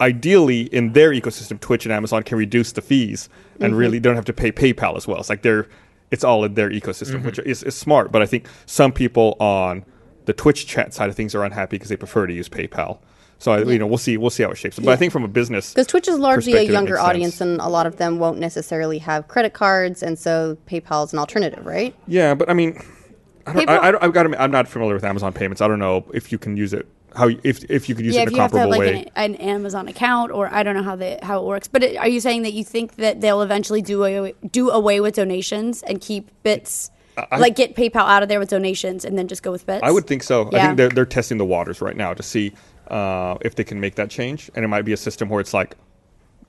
Speaker 2: ideally in their ecosystem, Twitch and Amazon can reduce the fees and
Speaker 1: Mm-hmm.
Speaker 2: really don't have to pay PayPal as well. It's like they're it's all in their ecosystem,
Speaker 1: Mm-hmm.
Speaker 2: which is, is smart. But I think some people on the Twitch chat side of things are unhappy because they prefer to use PayPal. So I, you know we'll see we'll see how it shapes up. But I think from a business
Speaker 4: Because Twitch is largely a
Speaker 2: perspective, it
Speaker 4: younger
Speaker 2: makes sense.
Speaker 4: audience, and a lot of them won't necessarily have credit cards, and so PayPal is an alternative, right?
Speaker 2: Yeah, but I mean, I don't,
Speaker 4: People-
Speaker 2: I, I don't, I've got. I'm not familiar with Amazon payments. I don't know if you can use it. How you- if if you could use
Speaker 1: yeah,
Speaker 2: it
Speaker 1: if
Speaker 2: in a
Speaker 1: you have to have
Speaker 2: comparable
Speaker 1: like
Speaker 2: way?
Speaker 1: an, an Amazon account, or I don't know how the how it works. But it, are you saying that you think that they'll eventually do away, do away with donations and keep bits, like get PayPal out of there with donations and then just go with bits?
Speaker 2: I would think so. I
Speaker 1: Yeah.
Speaker 2: think they're they're testing the waters right now to see uh, if they can make that change, and it might be a system where it's like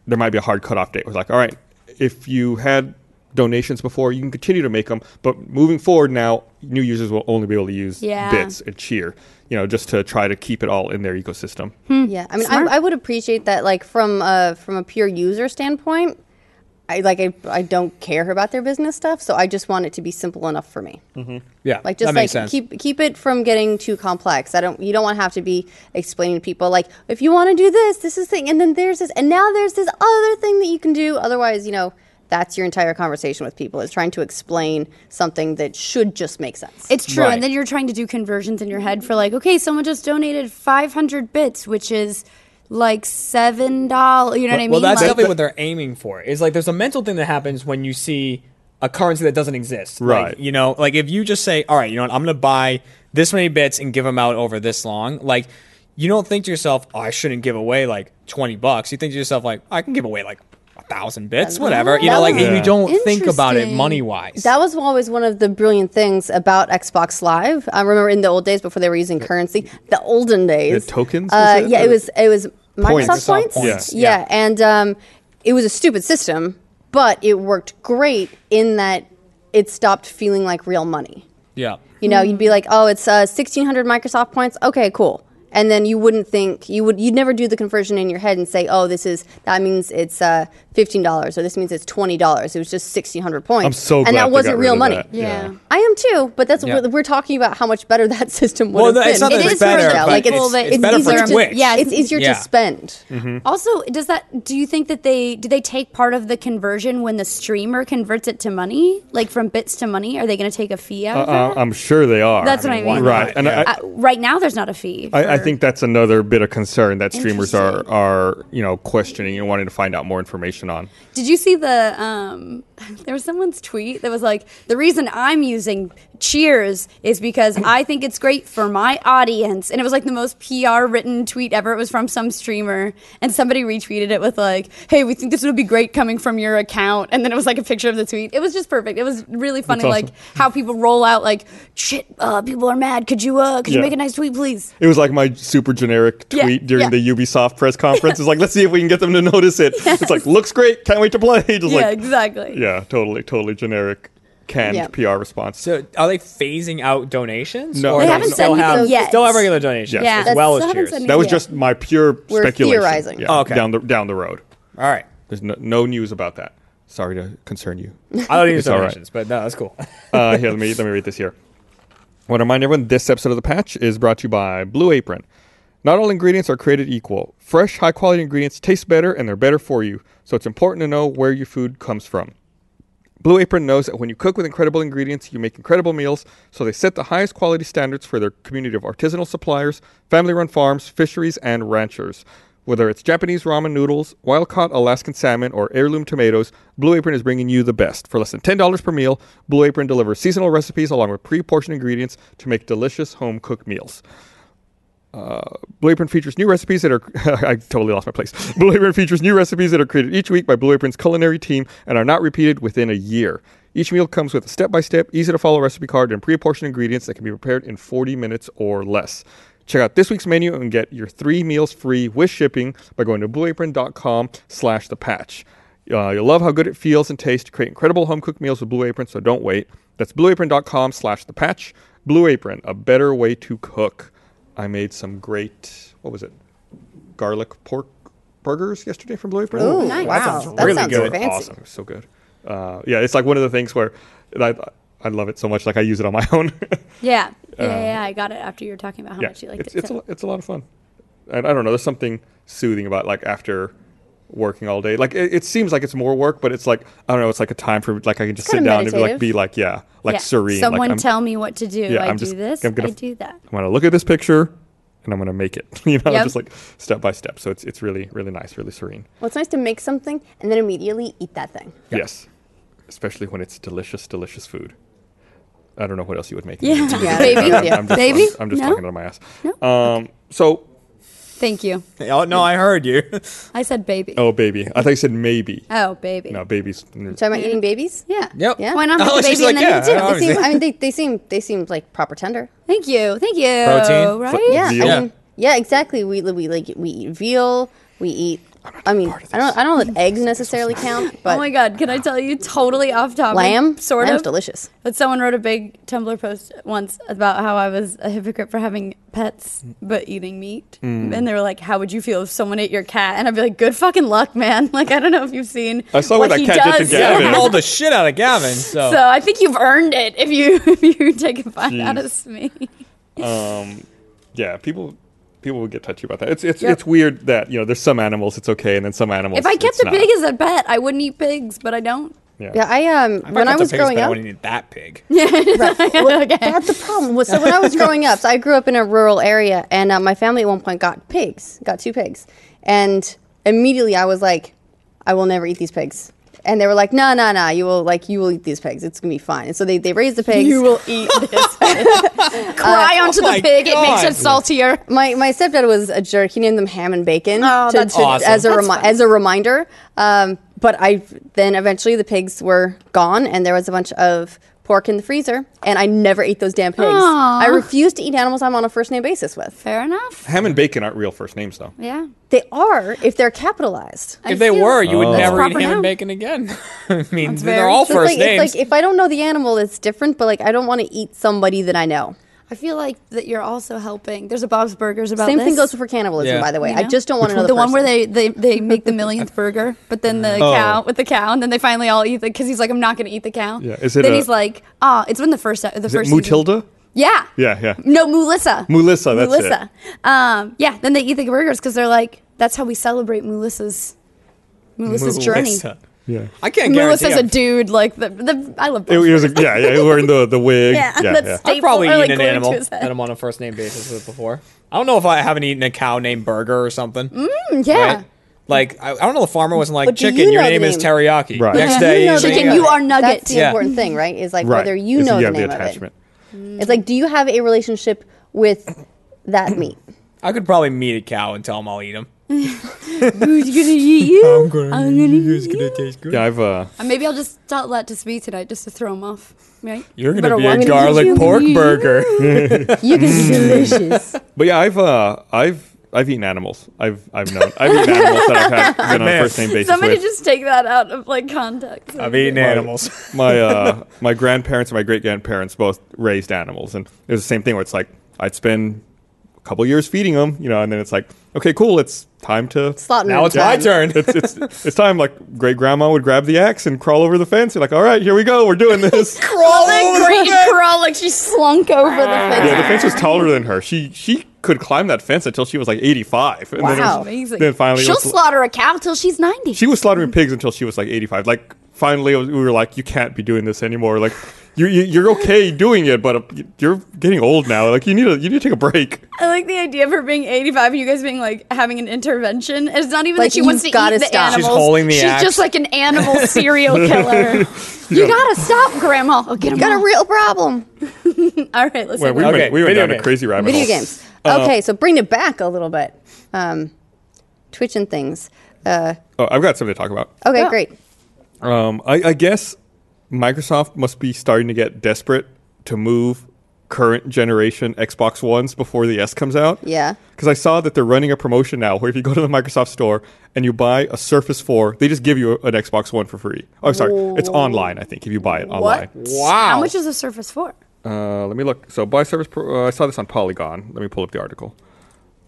Speaker 2: there might be a hard cutoff date. Where it's like, all right, if you had donations before, you can continue to make them, but moving forward now, new users will only be able to use
Speaker 1: Yeah.
Speaker 2: bits and cheer. You know, just to try to keep it all in their ecosystem.
Speaker 1: Hmm.
Speaker 4: Yeah, I mean, I, I would appreciate that, like from a from a pure user standpoint. I like I, I don't care about their business stuff, so I just want it to be simple enough for me.
Speaker 3: Yeah,
Speaker 4: Like just
Speaker 3: that makes
Speaker 4: like
Speaker 3: sense.
Speaker 4: keep keep it from getting too complex. I don't you don't want to have to be explaining to people like if you want to do this, this is thing, and then there's this, and now there's this other thing that you can do. Otherwise, you know. That's your entire conversation with people is trying to explain something that should just make sense.
Speaker 1: It's true.
Speaker 3: Right.
Speaker 1: And then you're trying to do conversions in your head for like, okay, someone just donated 500 bits, which is like $7. You know what I mean?
Speaker 3: Well, that's
Speaker 1: like,
Speaker 3: definitely what they're aiming for. Is like there's a mental thing that happens when you see a currency that doesn't exist. Like,
Speaker 2: Right.
Speaker 3: you know, like if you just say, "All right, you know what? I'm going to buy this many bits and give them out over this long." Like you don't think to yourself, "Oh, I shouldn't give away like 20 bucks." You think to yourself like, "I can give away like a thousand bits, whatever." You
Speaker 4: That
Speaker 3: know, like
Speaker 4: was
Speaker 3: and you don't think about it
Speaker 1: interesting.
Speaker 3: money-wise.
Speaker 4: That was always one of the brilliant things about Xbox Live. I remember in the old days before they were using currency, the olden days.
Speaker 2: The tokens, was
Speaker 4: Uh,
Speaker 2: it?
Speaker 4: yeah, it
Speaker 2: Or-
Speaker 4: was it was
Speaker 2: Points.
Speaker 4: Microsoft
Speaker 3: Microsoft
Speaker 4: points.
Speaker 3: points,
Speaker 4: Yeah.
Speaker 3: yeah.
Speaker 4: and um, it was a stupid system, but it worked great in that it stopped feeling like real money.
Speaker 3: yeah.
Speaker 4: You know, you'd be like, "Oh, it's uh, sixteen hundred Microsoft points. Okay, cool." And then you wouldn't think you would you'd never do the conversion in your head and say, "Oh, this is that means it's uh, fifteen dollars or this means it's twenty dollars." It was just sixteen hundred points.
Speaker 2: I'm so
Speaker 4: and
Speaker 2: glad
Speaker 4: that
Speaker 2: they
Speaker 4: wasn't
Speaker 2: got rid
Speaker 4: real
Speaker 2: of
Speaker 4: money.
Speaker 2: that.
Speaker 1: Yeah.
Speaker 4: I am too, but that's
Speaker 3: Yeah.
Speaker 4: we're, we're talking about how much better that system would
Speaker 3: Well,
Speaker 4: have
Speaker 3: no,
Speaker 4: been.
Speaker 3: it's not that
Speaker 1: It it's is better, better, but like, it's- it's better for
Speaker 4: easier
Speaker 1: Twitch.
Speaker 4: To,
Speaker 1: Yeah,
Speaker 4: it's easier
Speaker 3: Yeah.
Speaker 4: to spend.
Speaker 1: Also, does that do you think that they do they take part of the conversion when the streamer converts it to money, like from bits to money? Are they going to take a fee out of
Speaker 3: Uh-uh.
Speaker 2: Uh,
Speaker 1: that?
Speaker 2: I'm sure they are.
Speaker 1: That's what I
Speaker 2: why
Speaker 1: mean.
Speaker 2: not? Right,
Speaker 3: Right,
Speaker 2: and
Speaker 3: yeah.
Speaker 2: I,
Speaker 1: Uh, right now, there's not a fee.
Speaker 2: I, I
Speaker 1: for-
Speaker 2: think that's another bit of concern that streamers are
Speaker 1: Interesting.
Speaker 2: are you know questioning and wanting to find out more information on.
Speaker 1: Did you see the um there was someone's tweet that was like the reason I'm using cheers is because I think it's great for my audience and it was like the most PR written tweet ever it was from some streamer and somebody retweeted it with like hey we think this would be great coming from your account and then it was like a picture of the tweet it was just perfect it was really funny
Speaker 2: That's awesome.
Speaker 1: like how people roll out like shit uh, people are mad could you uh could you
Speaker 2: Yeah.
Speaker 1: make a nice tweet please
Speaker 2: It was like my super generic
Speaker 1: Yeah,
Speaker 2: tweet during
Speaker 1: yeah.
Speaker 2: the Ubisoft press conference. It's like let's see if we can get them to notice it. It's like looks great, can't wait to play. Just
Speaker 1: yeah
Speaker 2: like
Speaker 1: exactly
Speaker 2: yeah, totally, totally generic canned
Speaker 4: Yeah.
Speaker 2: PR response.
Speaker 3: So are they phasing out donations?
Speaker 2: No.
Speaker 3: or
Speaker 2: They
Speaker 3: do
Speaker 2: haven't
Speaker 3: still
Speaker 1: said
Speaker 3: have,
Speaker 1: anything yet.
Speaker 3: Still have regular donations
Speaker 2: Yeah.
Speaker 3: as
Speaker 1: That's-
Speaker 3: well
Speaker 1: they
Speaker 3: as
Speaker 1: haven't
Speaker 3: cheers.
Speaker 1: said
Speaker 2: that was
Speaker 1: yeah.
Speaker 2: just my pure
Speaker 4: We're
Speaker 2: speculation.
Speaker 4: theorizing.
Speaker 2: Yeah,
Speaker 3: Oh, okay.
Speaker 2: down the down the road.
Speaker 3: All right.
Speaker 2: There's no, no news about that. Sorry to concern you.
Speaker 3: I don't use
Speaker 2: It's all right.
Speaker 3: donations, but no, that's cool.
Speaker 2: uh, here, let me let me read this here. I want to remind everyone this episode of the Patch is brought to you by Blue Apron. Not all ingredients are created equal. Fresh, high quality ingredients taste better and they're better for you, so it's important to know where your food comes from. Blue Apron knows that when you cook with incredible ingredients, you make incredible meals, so they set the highest quality standards for their community of artisanal suppliers, family run farms, fisheries, and ranchers. Whether it's Japanese ramen noodles, wild caught Alaskan salmon, or heirloom tomatoes, Blue Apron is bringing you the best. For less than $10 per meal, Blue Apron delivers seasonal recipes along with pre portioned ingredients to make delicious home cooked meals. uh, Blue Apron features new recipes that are. I totally lost my place. Blue Apron features new recipes that are created each week by Blue Apron's culinary team and are not repeated within a year. Each meal comes with a step by step, easy to follow recipe card and pre portioned ingredients that can be prepared in 40 minutes or less. Check out this week's menu and get your three meals free with shipping by going to blueapron.com slash the patch. Uh, you'll love how good it feels and tastes to create incredible home cooked meals with Blue Apron, so don't wait. That's blueapron.com slash the patch. Blue Apron, a better way to cook. I made some great what was it? Garlic pork burgers yesterday from Blue Apron.
Speaker 4: Ooh, Nice. wow.
Speaker 3: sounds That really sounds good.
Speaker 4: fancy.
Speaker 2: Awesome. So good. Uh, yeah, it's like one of the things where I I love it so much. Like I use it on my own.
Speaker 1: yeah yeah yeah, yeah, I got it after you were talking about how
Speaker 2: Uh, yeah,
Speaker 1: much you liked
Speaker 2: it's
Speaker 1: it
Speaker 2: it's
Speaker 1: so.
Speaker 2: a, it's a lot of fun. I, I don't know. There's something soothing about like after working all day. Like it, it seems like it's more work, but it's like I don't know. It's like a time for like I can just sit
Speaker 4: kinda
Speaker 2: down and be
Speaker 4: meditative.
Speaker 2: like be like yeah, like
Speaker 1: Yeah.
Speaker 2: serene.
Speaker 1: Someone
Speaker 2: like, I'm-
Speaker 1: tell me what to do.
Speaker 2: Yeah,
Speaker 1: I
Speaker 2: I'm
Speaker 1: do
Speaker 2: just-
Speaker 1: this.
Speaker 2: I'm gonna
Speaker 1: I
Speaker 2: f-
Speaker 1: do that.
Speaker 2: I'm gonna look at this picture and I'm gonna make it. You know,
Speaker 1: Yep.
Speaker 2: just like step by step. So it's it's really really nice, really serene.
Speaker 4: Well, it's nice to make something and then immediately eat that thing.
Speaker 2: Yes, especially when it's delicious, delicious food. I don't know what else you would make.
Speaker 1: Yeah,
Speaker 4: Yeah.
Speaker 1: maybe.
Speaker 4: Yeah.
Speaker 2: I'm just,
Speaker 1: Maybe?
Speaker 2: I'm, I'm just
Speaker 1: No?
Speaker 2: talking out of my ass. Um, so,
Speaker 1: Thank you.
Speaker 3: Oh no, I heard you.
Speaker 1: I said baby. Oh,
Speaker 2: oh baby, I thought you said maybe.
Speaker 1: Uh, baby.
Speaker 2: No, babies.
Speaker 4: Talking about eating babies?
Speaker 1: Yeah.
Speaker 3: Yep.
Speaker 4: Yeah.
Speaker 1: Why not
Speaker 3: Oh,
Speaker 1: have the
Speaker 3: she's
Speaker 1: baby and
Speaker 3: like,
Speaker 1: then
Speaker 3: yeah,
Speaker 4: They
Speaker 3: uh, I
Speaker 1: eat too?
Speaker 3: Obviously.
Speaker 4: seem, I mean, they, they seem they seem like proper tender.
Speaker 1: Thank you. Thank you.
Speaker 3: Protein.
Speaker 1: Right?
Speaker 4: Yeah,
Speaker 2: Veal.
Speaker 4: I mean, yeah, exactly. We we like we eat veal. We eat. I mean,
Speaker 2: part of
Speaker 4: I don't I don't know that eggs necessarily count, but
Speaker 1: oh my god, can I tell you totally off topic?
Speaker 4: lamb
Speaker 1: sort
Speaker 4: lamb's
Speaker 1: of.
Speaker 4: delicious.
Speaker 1: But someone wrote a big Tumblr post once about how I was a hypocrite for having pets but eating meat.
Speaker 2: Hmm.
Speaker 1: And they were like, "How would you feel if someone ate your cat?" And I'd be like, "Good fucking luck, man." Like I don't know if you've seen
Speaker 2: I saw what that
Speaker 1: he
Speaker 2: cat did to
Speaker 1: does.
Speaker 2: Gavin.
Speaker 3: I mauled the shit out of Gavin.
Speaker 2: Oh.
Speaker 3: So,
Speaker 1: So I think you've earned it if you if you take a bite out of me.
Speaker 2: Um, yeah, people people would get touchy about that. It's it's
Speaker 1: Yep.
Speaker 2: it's weird that you know there's some animals it's okay, and then some animals.
Speaker 1: If I kept
Speaker 2: it's
Speaker 1: a
Speaker 2: not.
Speaker 1: pig as a pet, I wouldn't eat pigs, but I don't.
Speaker 2: yeah.
Speaker 4: Yeah, I um
Speaker 3: If
Speaker 4: when
Speaker 3: got
Speaker 4: I
Speaker 3: the
Speaker 4: was
Speaker 3: pigs,
Speaker 4: growing
Speaker 3: but I
Speaker 4: up,
Speaker 3: wouldn't eat that pig.
Speaker 1: okay.
Speaker 4: that's the problem. Was so when I was growing up, so I grew up in a rural area, and uh, my family at one point got pigs, got two pigs, and immediately I was like, I will never eat these pigs. And they were like, no, no, no, you will like you will eat these pigs. It's gonna be fine. And so they, they raised the pigs.
Speaker 1: You will eat this. Cry onto
Speaker 3: oh my
Speaker 1: the pig; it makes
Speaker 3: God.
Speaker 1: it saltier.
Speaker 4: My my stepdad was a jerk. He named them ham and bacon
Speaker 1: Oh,
Speaker 4: to,
Speaker 1: that's
Speaker 4: to-
Speaker 3: awesome.
Speaker 4: as a
Speaker 1: That's
Speaker 4: remi-
Speaker 1: fun.
Speaker 4: as a reminder. Um, but I then eventually the pigs were gone, and there was a bunch of pork in the freezer, and I never ate those damn pigs.
Speaker 1: Aw.
Speaker 4: I refuse to eat animals I'm on a first name basis with.
Speaker 1: Fair enough.
Speaker 2: Ham and bacon aren't real first names though.
Speaker 1: Yeah.
Speaker 4: They are if they're capitalized.
Speaker 1: I
Speaker 3: If they
Speaker 1: feel-
Speaker 3: were, you would
Speaker 2: That's
Speaker 3: never eat
Speaker 1: proper
Speaker 3: ham
Speaker 1: noun.
Speaker 3: and bacon again. Oh. I mean, they're
Speaker 1: very
Speaker 3: all
Speaker 4: So
Speaker 3: first
Speaker 4: it's like,
Speaker 3: names.
Speaker 4: It's like if I don't know the animal, it's different. But like I don't want to eat somebody that I know.
Speaker 1: I feel like that you're also helping. There's a Bob's Burgers about
Speaker 4: Same
Speaker 1: this.
Speaker 4: thing goes for cannibalism,
Speaker 3: Yeah.
Speaker 4: by the way.
Speaker 1: You
Speaker 4: I
Speaker 1: know?
Speaker 4: just don't want to know
Speaker 1: the one where they, they they make the millionth burger, but then the
Speaker 2: Oh.
Speaker 1: cow with the cow, and then they finally all eat the because he's like, I'm not going to eat the cow.
Speaker 2: Yeah, is it
Speaker 1: Then
Speaker 2: a-
Speaker 1: he's like, ah, it's when the first the
Speaker 2: Is it
Speaker 1: first season-
Speaker 2: Mutilda?
Speaker 1: Yeah.
Speaker 2: Yeah, yeah.
Speaker 1: No, Mulissa.
Speaker 2: Mulissa, that's it.
Speaker 1: Mulissa. Um, yeah. Then they eat the burgers because they're like, that's how we celebrate Mulissa's Mulissa's journey.
Speaker 3: Melissa.
Speaker 2: Yeah.
Speaker 3: uh, I can't guarantee.
Speaker 1: Mulissa's a
Speaker 3: I've-
Speaker 1: dude. Like the, the I love.
Speaker 2: It,
Speaker 1: Bob's
Speaker 2: it was a, yeah, yeah. Wearing the the wig.
Speaker 1: Yeah,
Speaker 2: yeah,
Speaker 1: that's
Speaker 2: yeah.
Speaker 1: stupid.
Speaker 3: I've probably
Speaker 1: Or, like,
Speaker 3: eaten an
Speaker 1: glued to
Speaker 3: animal
Speaker 1: his head.
Speaker 3: that I'm on a first name basis with before. I don't know if I haven't eaten a cow named Burger or something.
Speaker 1: Burgers. Yeah.
Speaker 3: Right? Like I, I don't know. The farmer wasn't like
Speaker 4: But do
Speaker 3: chicken.
Speaker 4: you
Speaker 3: your
Speaker 4: know the
Speaker 3: name is
Speaker 4: name?"
Speaker 3: teriyaki.
Speaker 2: Right.
Speaker 3: Next
Speaker 2: Yeah,
Speaker 3: day,
Speaker 4: you know
Speaker 3: it's
Speaker 4: the
Speaker 3: like-
Speaker 1: Chicken,
Speaker 4: name
Speaker 1: you
Speaker 4: of it.
Speaker 1: are nugget.
Speaker 4: That's the
Speaker 3: Yeah.
Speaker 4: important thing, right? Is like
Speaker 2: Right.
Speaker 4: whether you
Speaker 2: It's-
Speaker 4: know the
Speaker 2: have
Speaker 4: name of it.
Speaker 2: attachment.
Speaker 4: It's like, do you have a relationship with that meat?
Speaker 3: I could probably meet a cow and tell him I'll eat him.
Speaker 1: Who's gonna eat you? I'm gonna, eat you.
Speaker 3: taste good.
Speaker 2: Yeah, I've uh,
Speaker 1: Uh, Maybe I'll just tell that to Speed tonight just to throw him off. Right?
Speaker 3: You're
Speaker 4: But
Speaker 3: gonna
Speaker 4: a
Speaker 3: be a
Speaker 4: woman-
Speaker 3: garlic pork burger.
Speaker 4: You can be delicious.
Speaker 2: But yeah, I've uh, I've I've eaten animals. I've I've known I've eaten animals that I've had been on a
Speaker 3: Man.
Speaker 2: first name basis.
Speaker 1: Somebody
Speaker 2: with.
Speaker 1: just take that out of like context.
Speaker 3: I've eaten
Speaker 2: My-
Speaker 3: animals.
Speaker 2: My uh, my grandparents and my great grandparents both raised animals, and it was the same thing where it's like I'd spend a couple years feeding them, you know, and then it's like, okay, cool, it's time to
Speaker 4: Slot
Speaker 3: Now it's my turn.
Speaker 2: it's it's it's time. Like great grandma would grab the axe and crawl over the fence. You're like, all right, here we go, we're doing this.
Speaker 3: Crawl over the
Speaker 1: Great
Speaker 3: fence.
Speaker 1: crawl, like she slunk over the fence.
Speaker 2: yeah, the fence was taller than her. She she could climb that fence until she was like 85. And then, it
Speaker 4: Wow.
Speaker 2: was,
Speaker 1: Amazing.
Speaker 2: then finally, it
Speaker 1: she'll
Speaker 2: was-
Speaker 1: slaughter a cow till she's ninety.
Speaker 2: she was slaughtering pigs until she was like 85 like finally we were like you can't be doing this anymore like you, you you're okay doing it but uh, you're getting old now like you need to you need to take a break
Speaker 1: I like the idea of her being eighty-five and you guys being like having an intervention. It's not even
Speaker 4: Like,
Speaker 1: that she wants
Speaker 4: you've
Speaker 1: to eat
Speaker 4: gotta
Speaker 1: the
Speaker 4: stop.
Speaker 1: animals.
Speaker 4: She's
Speaker 3: holding the
Speaker 1: She's
Speaker 3: axe.
Speaker 1: just like an animal serial killer. you gotta stop, Grandma. Oh, get him.
Speaker 4: Got a real problem.
Speaker 1: All right, let's.
Speaker 2: well, we,
Speaker 1: end
Speaker 3: Okay,
Speaker 2: went, we went
Speaker 3: video
Speaker 2: down a
Speaker 3: games.
Speaker 2: crazy rabbit
Speaker 4: Video
Speaker 3: Oh.
Speaker 2: hole.
Speaker 4: games. okay, so bring it back a little bit. Um, Twitch and things. Uh,
Speaker 2: oh i've got something to talk about
Speaker 4: okay,
Speaker 1: Yeah.
Speaker 4: great.
Speaker 2: um I, I guess microsoft must be starting to get desperate to move current generation xbox ones before the s comes out
Speaker 4: Yeah.
Speaker 2: because I saw that they're running a promotion now where if you go to the Microsoft store and you buy a Surface 4, they just give you an Xbox One for free. Oh, sorry. It's online, I think, if you buy it online.
Speaker 1: What?
Speaker 3: Wow.
Speaker 1: How much is a Surface Four?
Speaker 2: Uh, let me look. So, buy Surface Pro, uh, I saw this on Polygon. Let me pull up the article.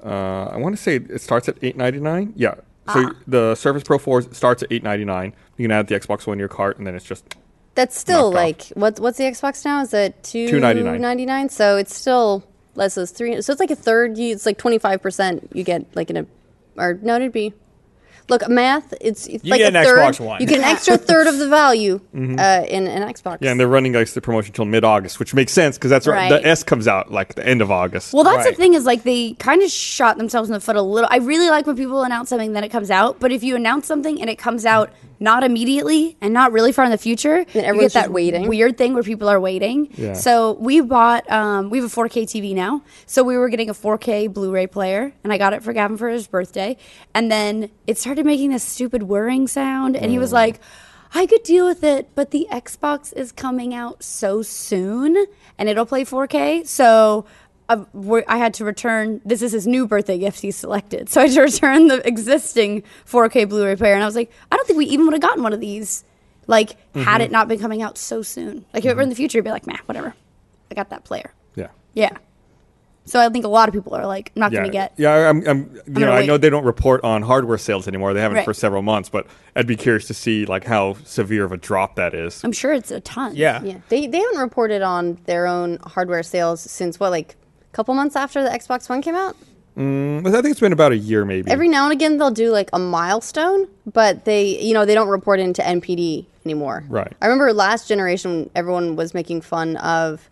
Speaker 2: Uh, I want to say it starts at eight ninety nine. Yeah. So
Speaker 1: Ah.
Speaker 2: the Surface Pro 4 starts at eight ninety nine. You can add the Xbox One to your cart, and then it's just
Speaker 4: That's still
Speaker 2: Knocked
Speaker 4: like what? What's the Xbox now? Is it two
Speaker 2: $2.99.
Speaker 4: ninety nine? So it's still less those three. So it's like a third. You, it's like twenty five percent you get like in a, or no, it'd be. Look, math. It's, it's
Speaker 3: You
Speaker 4: like
Speaker 3: get
Speaker 4: a
Speaker 3: an
Speaker 4: third.
Speaker 3: Xbox One. Mm-hmm.
Speaker 4: You get an extra third of the value uh, in an Xbox.
Speaker 2: Yeah, and they're running like the promotion till mid August, which makes sense because that's right.
Speaker 4: Right.
Speaker 2: the S comes out like the end of August.
Speaker 1: Well, that's
Speaker 3: Right.
Speaker 1: the thing is like they kind of shot themselves in the foot a little. I really like when people announce something then it comes out, but if you announce something and it comes out not immediately and not really far in the future, then
Speaker 4: everyone's just waiting.
Speaker 1: Weird thing where people are waiting.
Speaker 2: Yeah.
Speaker 1: So we bought um, we have a 4K TV now, so we were getting a 4K Blu-ray player, and I got it for Gavin for his birthday, and then it started making this stupid whirring sound, and he was like. I could deal with it, but the Xbox is coming out so soon and it'll play 4K. So uh, we're- I had to return. This is his new birthday gift he selected. So I had to return the existing 4K Blu ray player. And I was like, I don't think we even would have gotten one of these, like, had it not been coming out so soon. Like, if it were in the future, it'd be like, nah, whatever. I got that player.
Speaker 2: yeah.
Speaker 1: Yeah. So I think a lot of people are like, I'm not
Speaker 2: Yeah,
Speaker 1: going to get.
Speaker 2: yeah. I'm, I'm you know,
Speaker 1: gonna
Speaker 2: I know
Speaker 1: wait.
Speaker 2: they don't report on hardware sales anymore. They haven't
Speaker 1: Right.
Speaker 2: for several months, but I'd be curious to see like how severe of a drop that is.
Speaker 1: I'm sure it's a ton.
Speaker 3: Yeah.
Speaker 4: Yeah, they they haven't reported on their own hardware sales since what like a couple months after the Xbox One came out.
Speaker 2: Mm, I think it's been about a year, maybe.
Speaker 4: Every now and again they'll do like a milestone, but they you know they don't report into NPD anymore.
Speaker 2: Right.
Speaker 4: I remember last generation everyone was making fun of.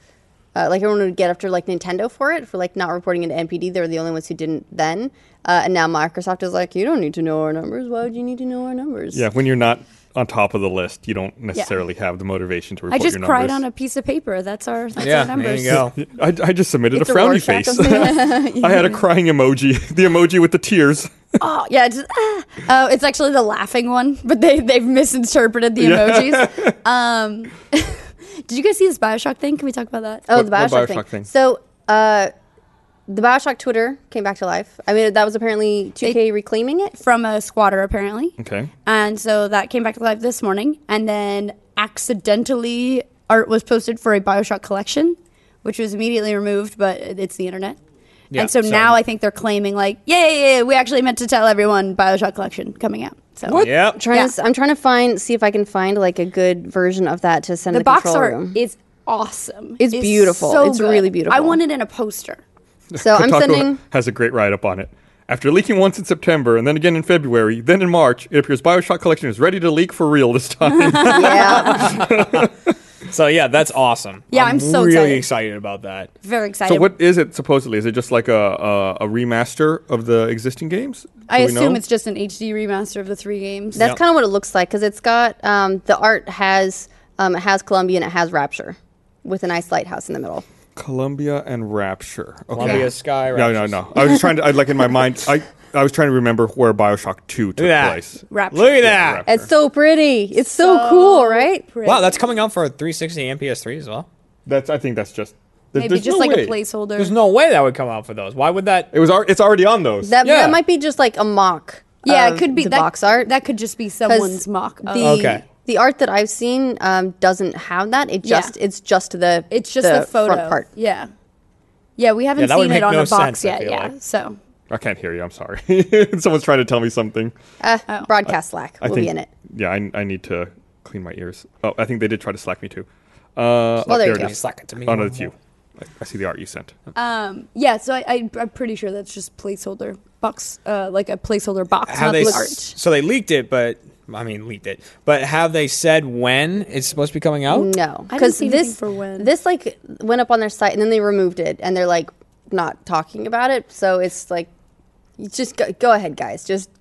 Speaker 4: Uh, like everyone would get after like Nintendo for it for like not reporting into NPD. They were the only ones who didn't then, uh, and now Microsoft is like, you don't need to know our numbers. Why would you need to know our numbers?
Speaker 2: yeah, when you're not on top of the list, you don't necessarily have the motivation to
Speaker 1: I
Speaker 2: report
Speaker 1: just
Speaker 2: your
Speaker 1: cried
Speaker 2: numbers.
Speaker 1: on a piece of paper. That's our, that's
Speaker 3: Yeah,
Speaker 1: our
Speaker 3: there
Speaker 1: numbers.
Speaker 3: you go.
Speaker 2: I, I just submitted
Speaker 4: It's
Speaker 2: a
Speaker 4: a
Speaker 2: frowny
Speaker 4: Rorschach
Speaker 2: face.
Speaker 4: of me.
Speaker 2: I had a crying emoji, the emoji with the tears.
Speaker 1: Oh yeah, it's, just, ah. Oh, it's actually the laughing one, but they they've misinterpreted the emojis. Um, did you guys see this Bioshock thing? Can we talk about that?
Speaker 4: Oh,
Speaker 2: What-
Speaker 4: the
Speaker 2: what
Speaker 4: Bioshock,
Speaker 2: Bioshock
Speaker 4: thing.
Speaker 2: thing?
Speaker 4: So, uh, the Bioshock Twitter came back to life. I mean, that was apparently 2K reclaiming it.
Speaker 1: From a squatter apparently.
Speaker 2: Okay.
Speaker 1: And so that came back to life this morning, and then accidentally art was posted for a Bioshock collection, which was immediately removed, but it's the internet.
Speaker 3: Yeah,
Speaker 1: and so,
Speaker 3: so-
Speaker 1: now I think they're claiming like, yay, we actually meant to tell everyone Bioshock collection coming out. So
Speaker 3: Yep.
Speaker 4: Trying
Speaker 1: Yeah.
Speaker 4: to, s- I'm trying to find, see if I can find like a good version of that to send
Speaker 1: the
Speaker 4: to the
Speaker 1: box
Speaker 4: control
Speaker 1: art
Speaker 4: room.
Speaker 1: is awesome.
Speaker 4: It's beautiful. It's really beautiful.
Speaker 1: I want it in a poster.
Speaker 4: So I'm
Speaker 2: Kotaku
Speaker 4: sending.
Speaker 2: has a great write up on it. After leaking once in September and then again in February, then in March, it appears Bioshock Collection is ready to leak for real this time.
Speaker 4: yeah,
Speaker 3: So yeah, that's awesome.
Speaker 1: Yeah, I'm so
Speaker 3: really
Speaker 1: excited.
Speaker 3: excited about that.
Speaker 1: Very excited.
Speaker 2: so, what is it supposedly? Is it just like a, a, a remaster of the existing games? Do
Speaker 1: I
Speaker 2: we
Speaker 1: assume
Speaker 2: know?
Speaker 1: it's just an HD remaster of the three games.
Speaker 4: that's
Speaker 3: Yep.
Speaker 4: kind of what it looks like because it's got um, the art has um, it has Columbia and it has Rapture with a nice lighthouse in the middle.
Speaker 2: Columbia and Rapture. Okay.
Speaker 3: Columbia Sky,
Speaker 2: No, no,
Speaker 3: Rapture.
Speaker 2: no. I was just trying to, I, like in my mind, I, I was trying to remember where Bioshock 2 took
Speaker 3: Look at
Speaker 2: place.
Speaker 3: that.
Speaker 1: Rapture.
Speaker 3: Look at
Speaker 2: Yeah,
Speaker 3: that.
Speaker 2: Rapture.
Speaker 4: It's so pretty. It's so, cool, right?
Speaker 3: Wow, that's coming out for 360 and PS3 as well.
Speaker 2: That's, I think that's just. there-
Speaker 1: maybe
Speaker 2: there's
Speaker 1: just
Speaker 2: no
Speaker 1: like
Speaker 2: way.
Speaker 1: a placeholder.
Speaker 3: There's no way that would come out for those. Why would that?
Speaker 2: It was, al- it's already on those.
Speaker 4: That,
Speaker 3: Yeah.
Speaker 4: that might be just like a mock.
Speaker 1: yeah,
Speaker 4: of
Speaker 1: it could be
Speaker 4: the
Speaker 1: that,
Speaker 4: box art.
Speaker 1: That could just be
Speaker 4: 'Cause
Speaker 1: someone's mock. of-
Speaker 4: The,
Speaker 3: Okay.
Speaker 4: The art that I've seen um, doesn't have that. It
Speaker 1: Yeah.
Speaker 4: just it's just the
Speaker 1: it's just the, photo
Speaker 4: front part.
Speaker 1: Yeah, yeah. We haven't
Speaker 3: that would
Speaker 1: seen
Speaker 3: make
Speaker 1: it on
Speaker 3: no
Speaker 1: a box
Speaker 3: sense, I
Speaker 1: yet.
Speaker 3: feel
Speaker 1: Yeah.
Speaker 3: like.
Speaker 1: So
Speaker 2: I can't hear you. I'm sorry. Someone's trying to tell me something.
Speaker 4: Uh,
Speaker 1: Oh.
Speaker 4: broadcast Slack.
Speaker 2: I
Speaker 4: we'll
Speaker 2: think,
Speaker 4: be in it.
Speaker 2: Yeah, I, I need to clean my ears. Oh, I think they did try to slack me too. Uh, oh,
Speaker 4: there you
Speaker 2: it
Speaker 4: go.
Speaker 2: is.
Speaker 3: Slack it to me.
Speaker 2: Oh, no, it's you. I, I see the art you sent.
Speaker 1: um, yeah. So I, I I'm pretty sure that's just placeholder box, uh, like a placeholder box,
Speaker 3: How
Speaker 1: not
Speaker 3: they
Speaker 1: the
Speaker 3: s-
Speaker 1: art.
Speaker 3: so they leaked it, but I mean leaked it. But have they said when it's supposed to be coming out?
Speaker 4: No,
Speaker 1: I didn't
Speaker 4: because
Speaker 1: see anything
Speaker 4: this
Speaker 1: for when.
Speaker 4: this like went up on their site and then they removed it and they're like not talking about it. So it's like you just go, go ahead, guys. Just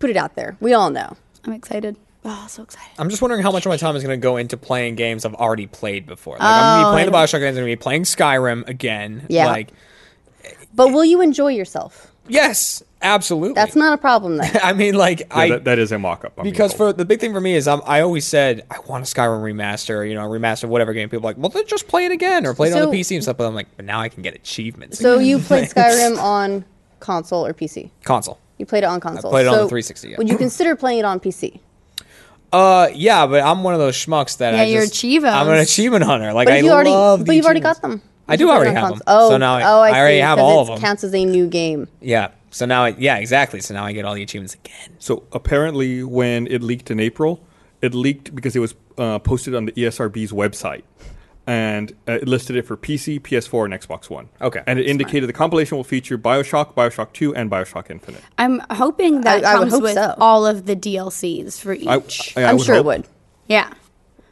Speaker 4: put it out there. We all know.
Speaker 1: I'm excited. Oh, so excited.
Speaker 3: I'm just wondering how much of my time is going to go into playing games I've already played before. Like I'm
Speaker 1: Uh,
Speaker 3: going to be playing the Bioshock games. I'm going to be playing Skyrim again.
Speaker 4: Yeah.
Speaker 3: Like
Speaker 4: But will you enjoy yourself?
Speaker 3: yes, absolutely.
Speaker 4: That's not a problem then.
Speaker 3: I mean, like
Speaker 2: Yeah,
Speaker 3: I.
Speaker 2: that, that is a mock up.
Speaker 3: because for the big thing for me is I'm, I always said I want a Skyrim remaster, you know, a remaster of whatever game. People are like, well, then just play it again or play it on
Speaker 4: So-
Speaker 3: the PC and stuff. But I'm like, but now I can get achievements.
Speaker 4: so
Speaker 3: again.
Speaker 4: you played Skyrim on console or PC?
Speaker 3: console.
Speaker 4: You played it on console.
Speaker 3: played it on
Speaker 4: so
Speaker 3: the 360, yeah.
Speaker 4: Would you consider playing it on PC?
Speaker 3: Uh, yeah, but I'm one of those schmucks that
Speaker 1: Yeah,
Speaker 3: I
Speaker 1: you're
Speaker 3: just,
Speaker 1: achievos.
Speaker 3: I'm an achievement hunter. Like
Speaker 4: But
Speaker 3: I
Speaker 4: if you already,
Speaker 3: love. the
Speaker 4: but you've already
Speaker 3: achievements.
Speaker 4: got them.
Speaker 3: I
Speaker 4: If
Speaker 3: do
Speaker 4: you put it
Speaker 3: already
Speaker 4: on
Speaker 3: have
Speaker 4: cons-
Speaker 3: them.
Speaker 4: Oh,
Speaker 3: so now I,
Speaker 4: oh, I, see,
Speaker 3: already have
Speaker 4: 'cause
Speaker 3: all
Speaker 4: it
Speaker 3: of them.
Speaker 4: Counts as a new game.
Speaker 3: Yeah. So now, I, yeah, exactly. So now I get all the achievements again.
Speaker 2: so apparently, E when it leaked in April, it leaked because it was uh, posted on the ESRB's website. and uh, it listed it for PC, PS4, and Xbox One.
Speaker 3: Okay.
Speaker 2: and it indicated the compilation will feature Bioshock, Bioshock Two, and Bioshock Infinite.
Speaker 1: I'm hoping that
Speaker 4: I- I would
Speaker 1: comes
Speaker 4: hope
Speaker 1: with
Speaker 4: so.
Speaker 1: all of the DLCs for each.
Speaker 2: I, I- I
Speaker 4: I'm sure
Speaker 2: hope-
Speaker 4: it would.
Speaker 1: yeah.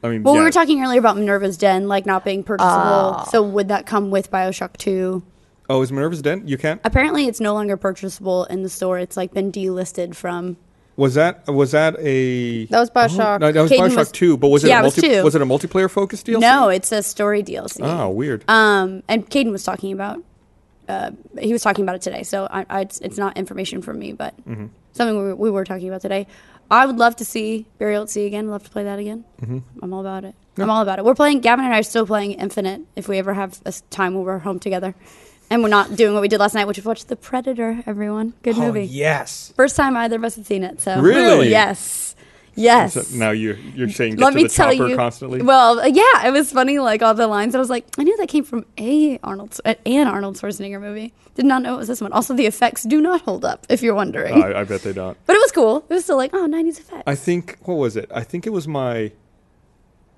Speaker 2: I mean,
Speaker 1: Well,
Speaker 2: yeah.
Speaker 1: we were talking earlier about Minerva's Den, like not being purchasable.
Speaker 4: Ah.
Speaker 1: So would that come with Bioshock Two?
Speaker 2: Oh, is Minerva's Den? You can't.
Speaker 1: Apparently, it's no longer purchasable in the store. It's like been delisted from.
Speaker 2: Was that was that a?
Speaker 4: That was Bioshock.
Speaker 2: No, that was
Speaker 1: Caden
Speaker 2: Bioshock
Speaker 1: was-
Speaker 2: Two, but was it a
Speaker 1: Yeah, it was
Speaker 2: multi-
Speaker 1: two.
Speaker 2: it a multiplayer focused DLC?
Speaker 1: No, it's a story DLC.
Speaker 2: Oh, weird.
Speaker 1: Um, and Caden was talking about. Uh, he was talking about it today, so I, I, it's, it's not information from me, but something we, we were talking about today. I would love to see Burial at Sea again. Love to play that again. I'm all about it. I'm all about it. We're playing. Gavin and I are still playing Infinite. If we ever have a s- time where we're home together, and we're not doing what we did last night, which is watch The Predator. Everyone, good
Speaker 3: Oh,
Speaker 1: movie.
Speaker 3: yes.
Speaker 1: First time either of us had seen it. So
Speaker 2: Really?
Speaker 1: yes, yes.
Speaker 2: So now you you're saying get
Speaker 1: Let
Speaker 2: to
Speaker 1: me
Speaker 2: the
Speaker 1: tell
Speaker 2: chopper
Speaker 1: you.
Speaker 2: constantly.
Speaker 1: Well, uh, yeah, it was funny. Like all the lines, I was like, I knew that came from a Arnold, uh, an Arnold Schwarzenegger movie. Did not know it was this one. Also, the effects do not hold up, if you're wondering.
Speaker 2: Ah, I, I bet they don't.
Speaker 1: but it was cool. It was still like, oh, 90s effects.
Speaker 2: Uh, I think what was it? I think it was my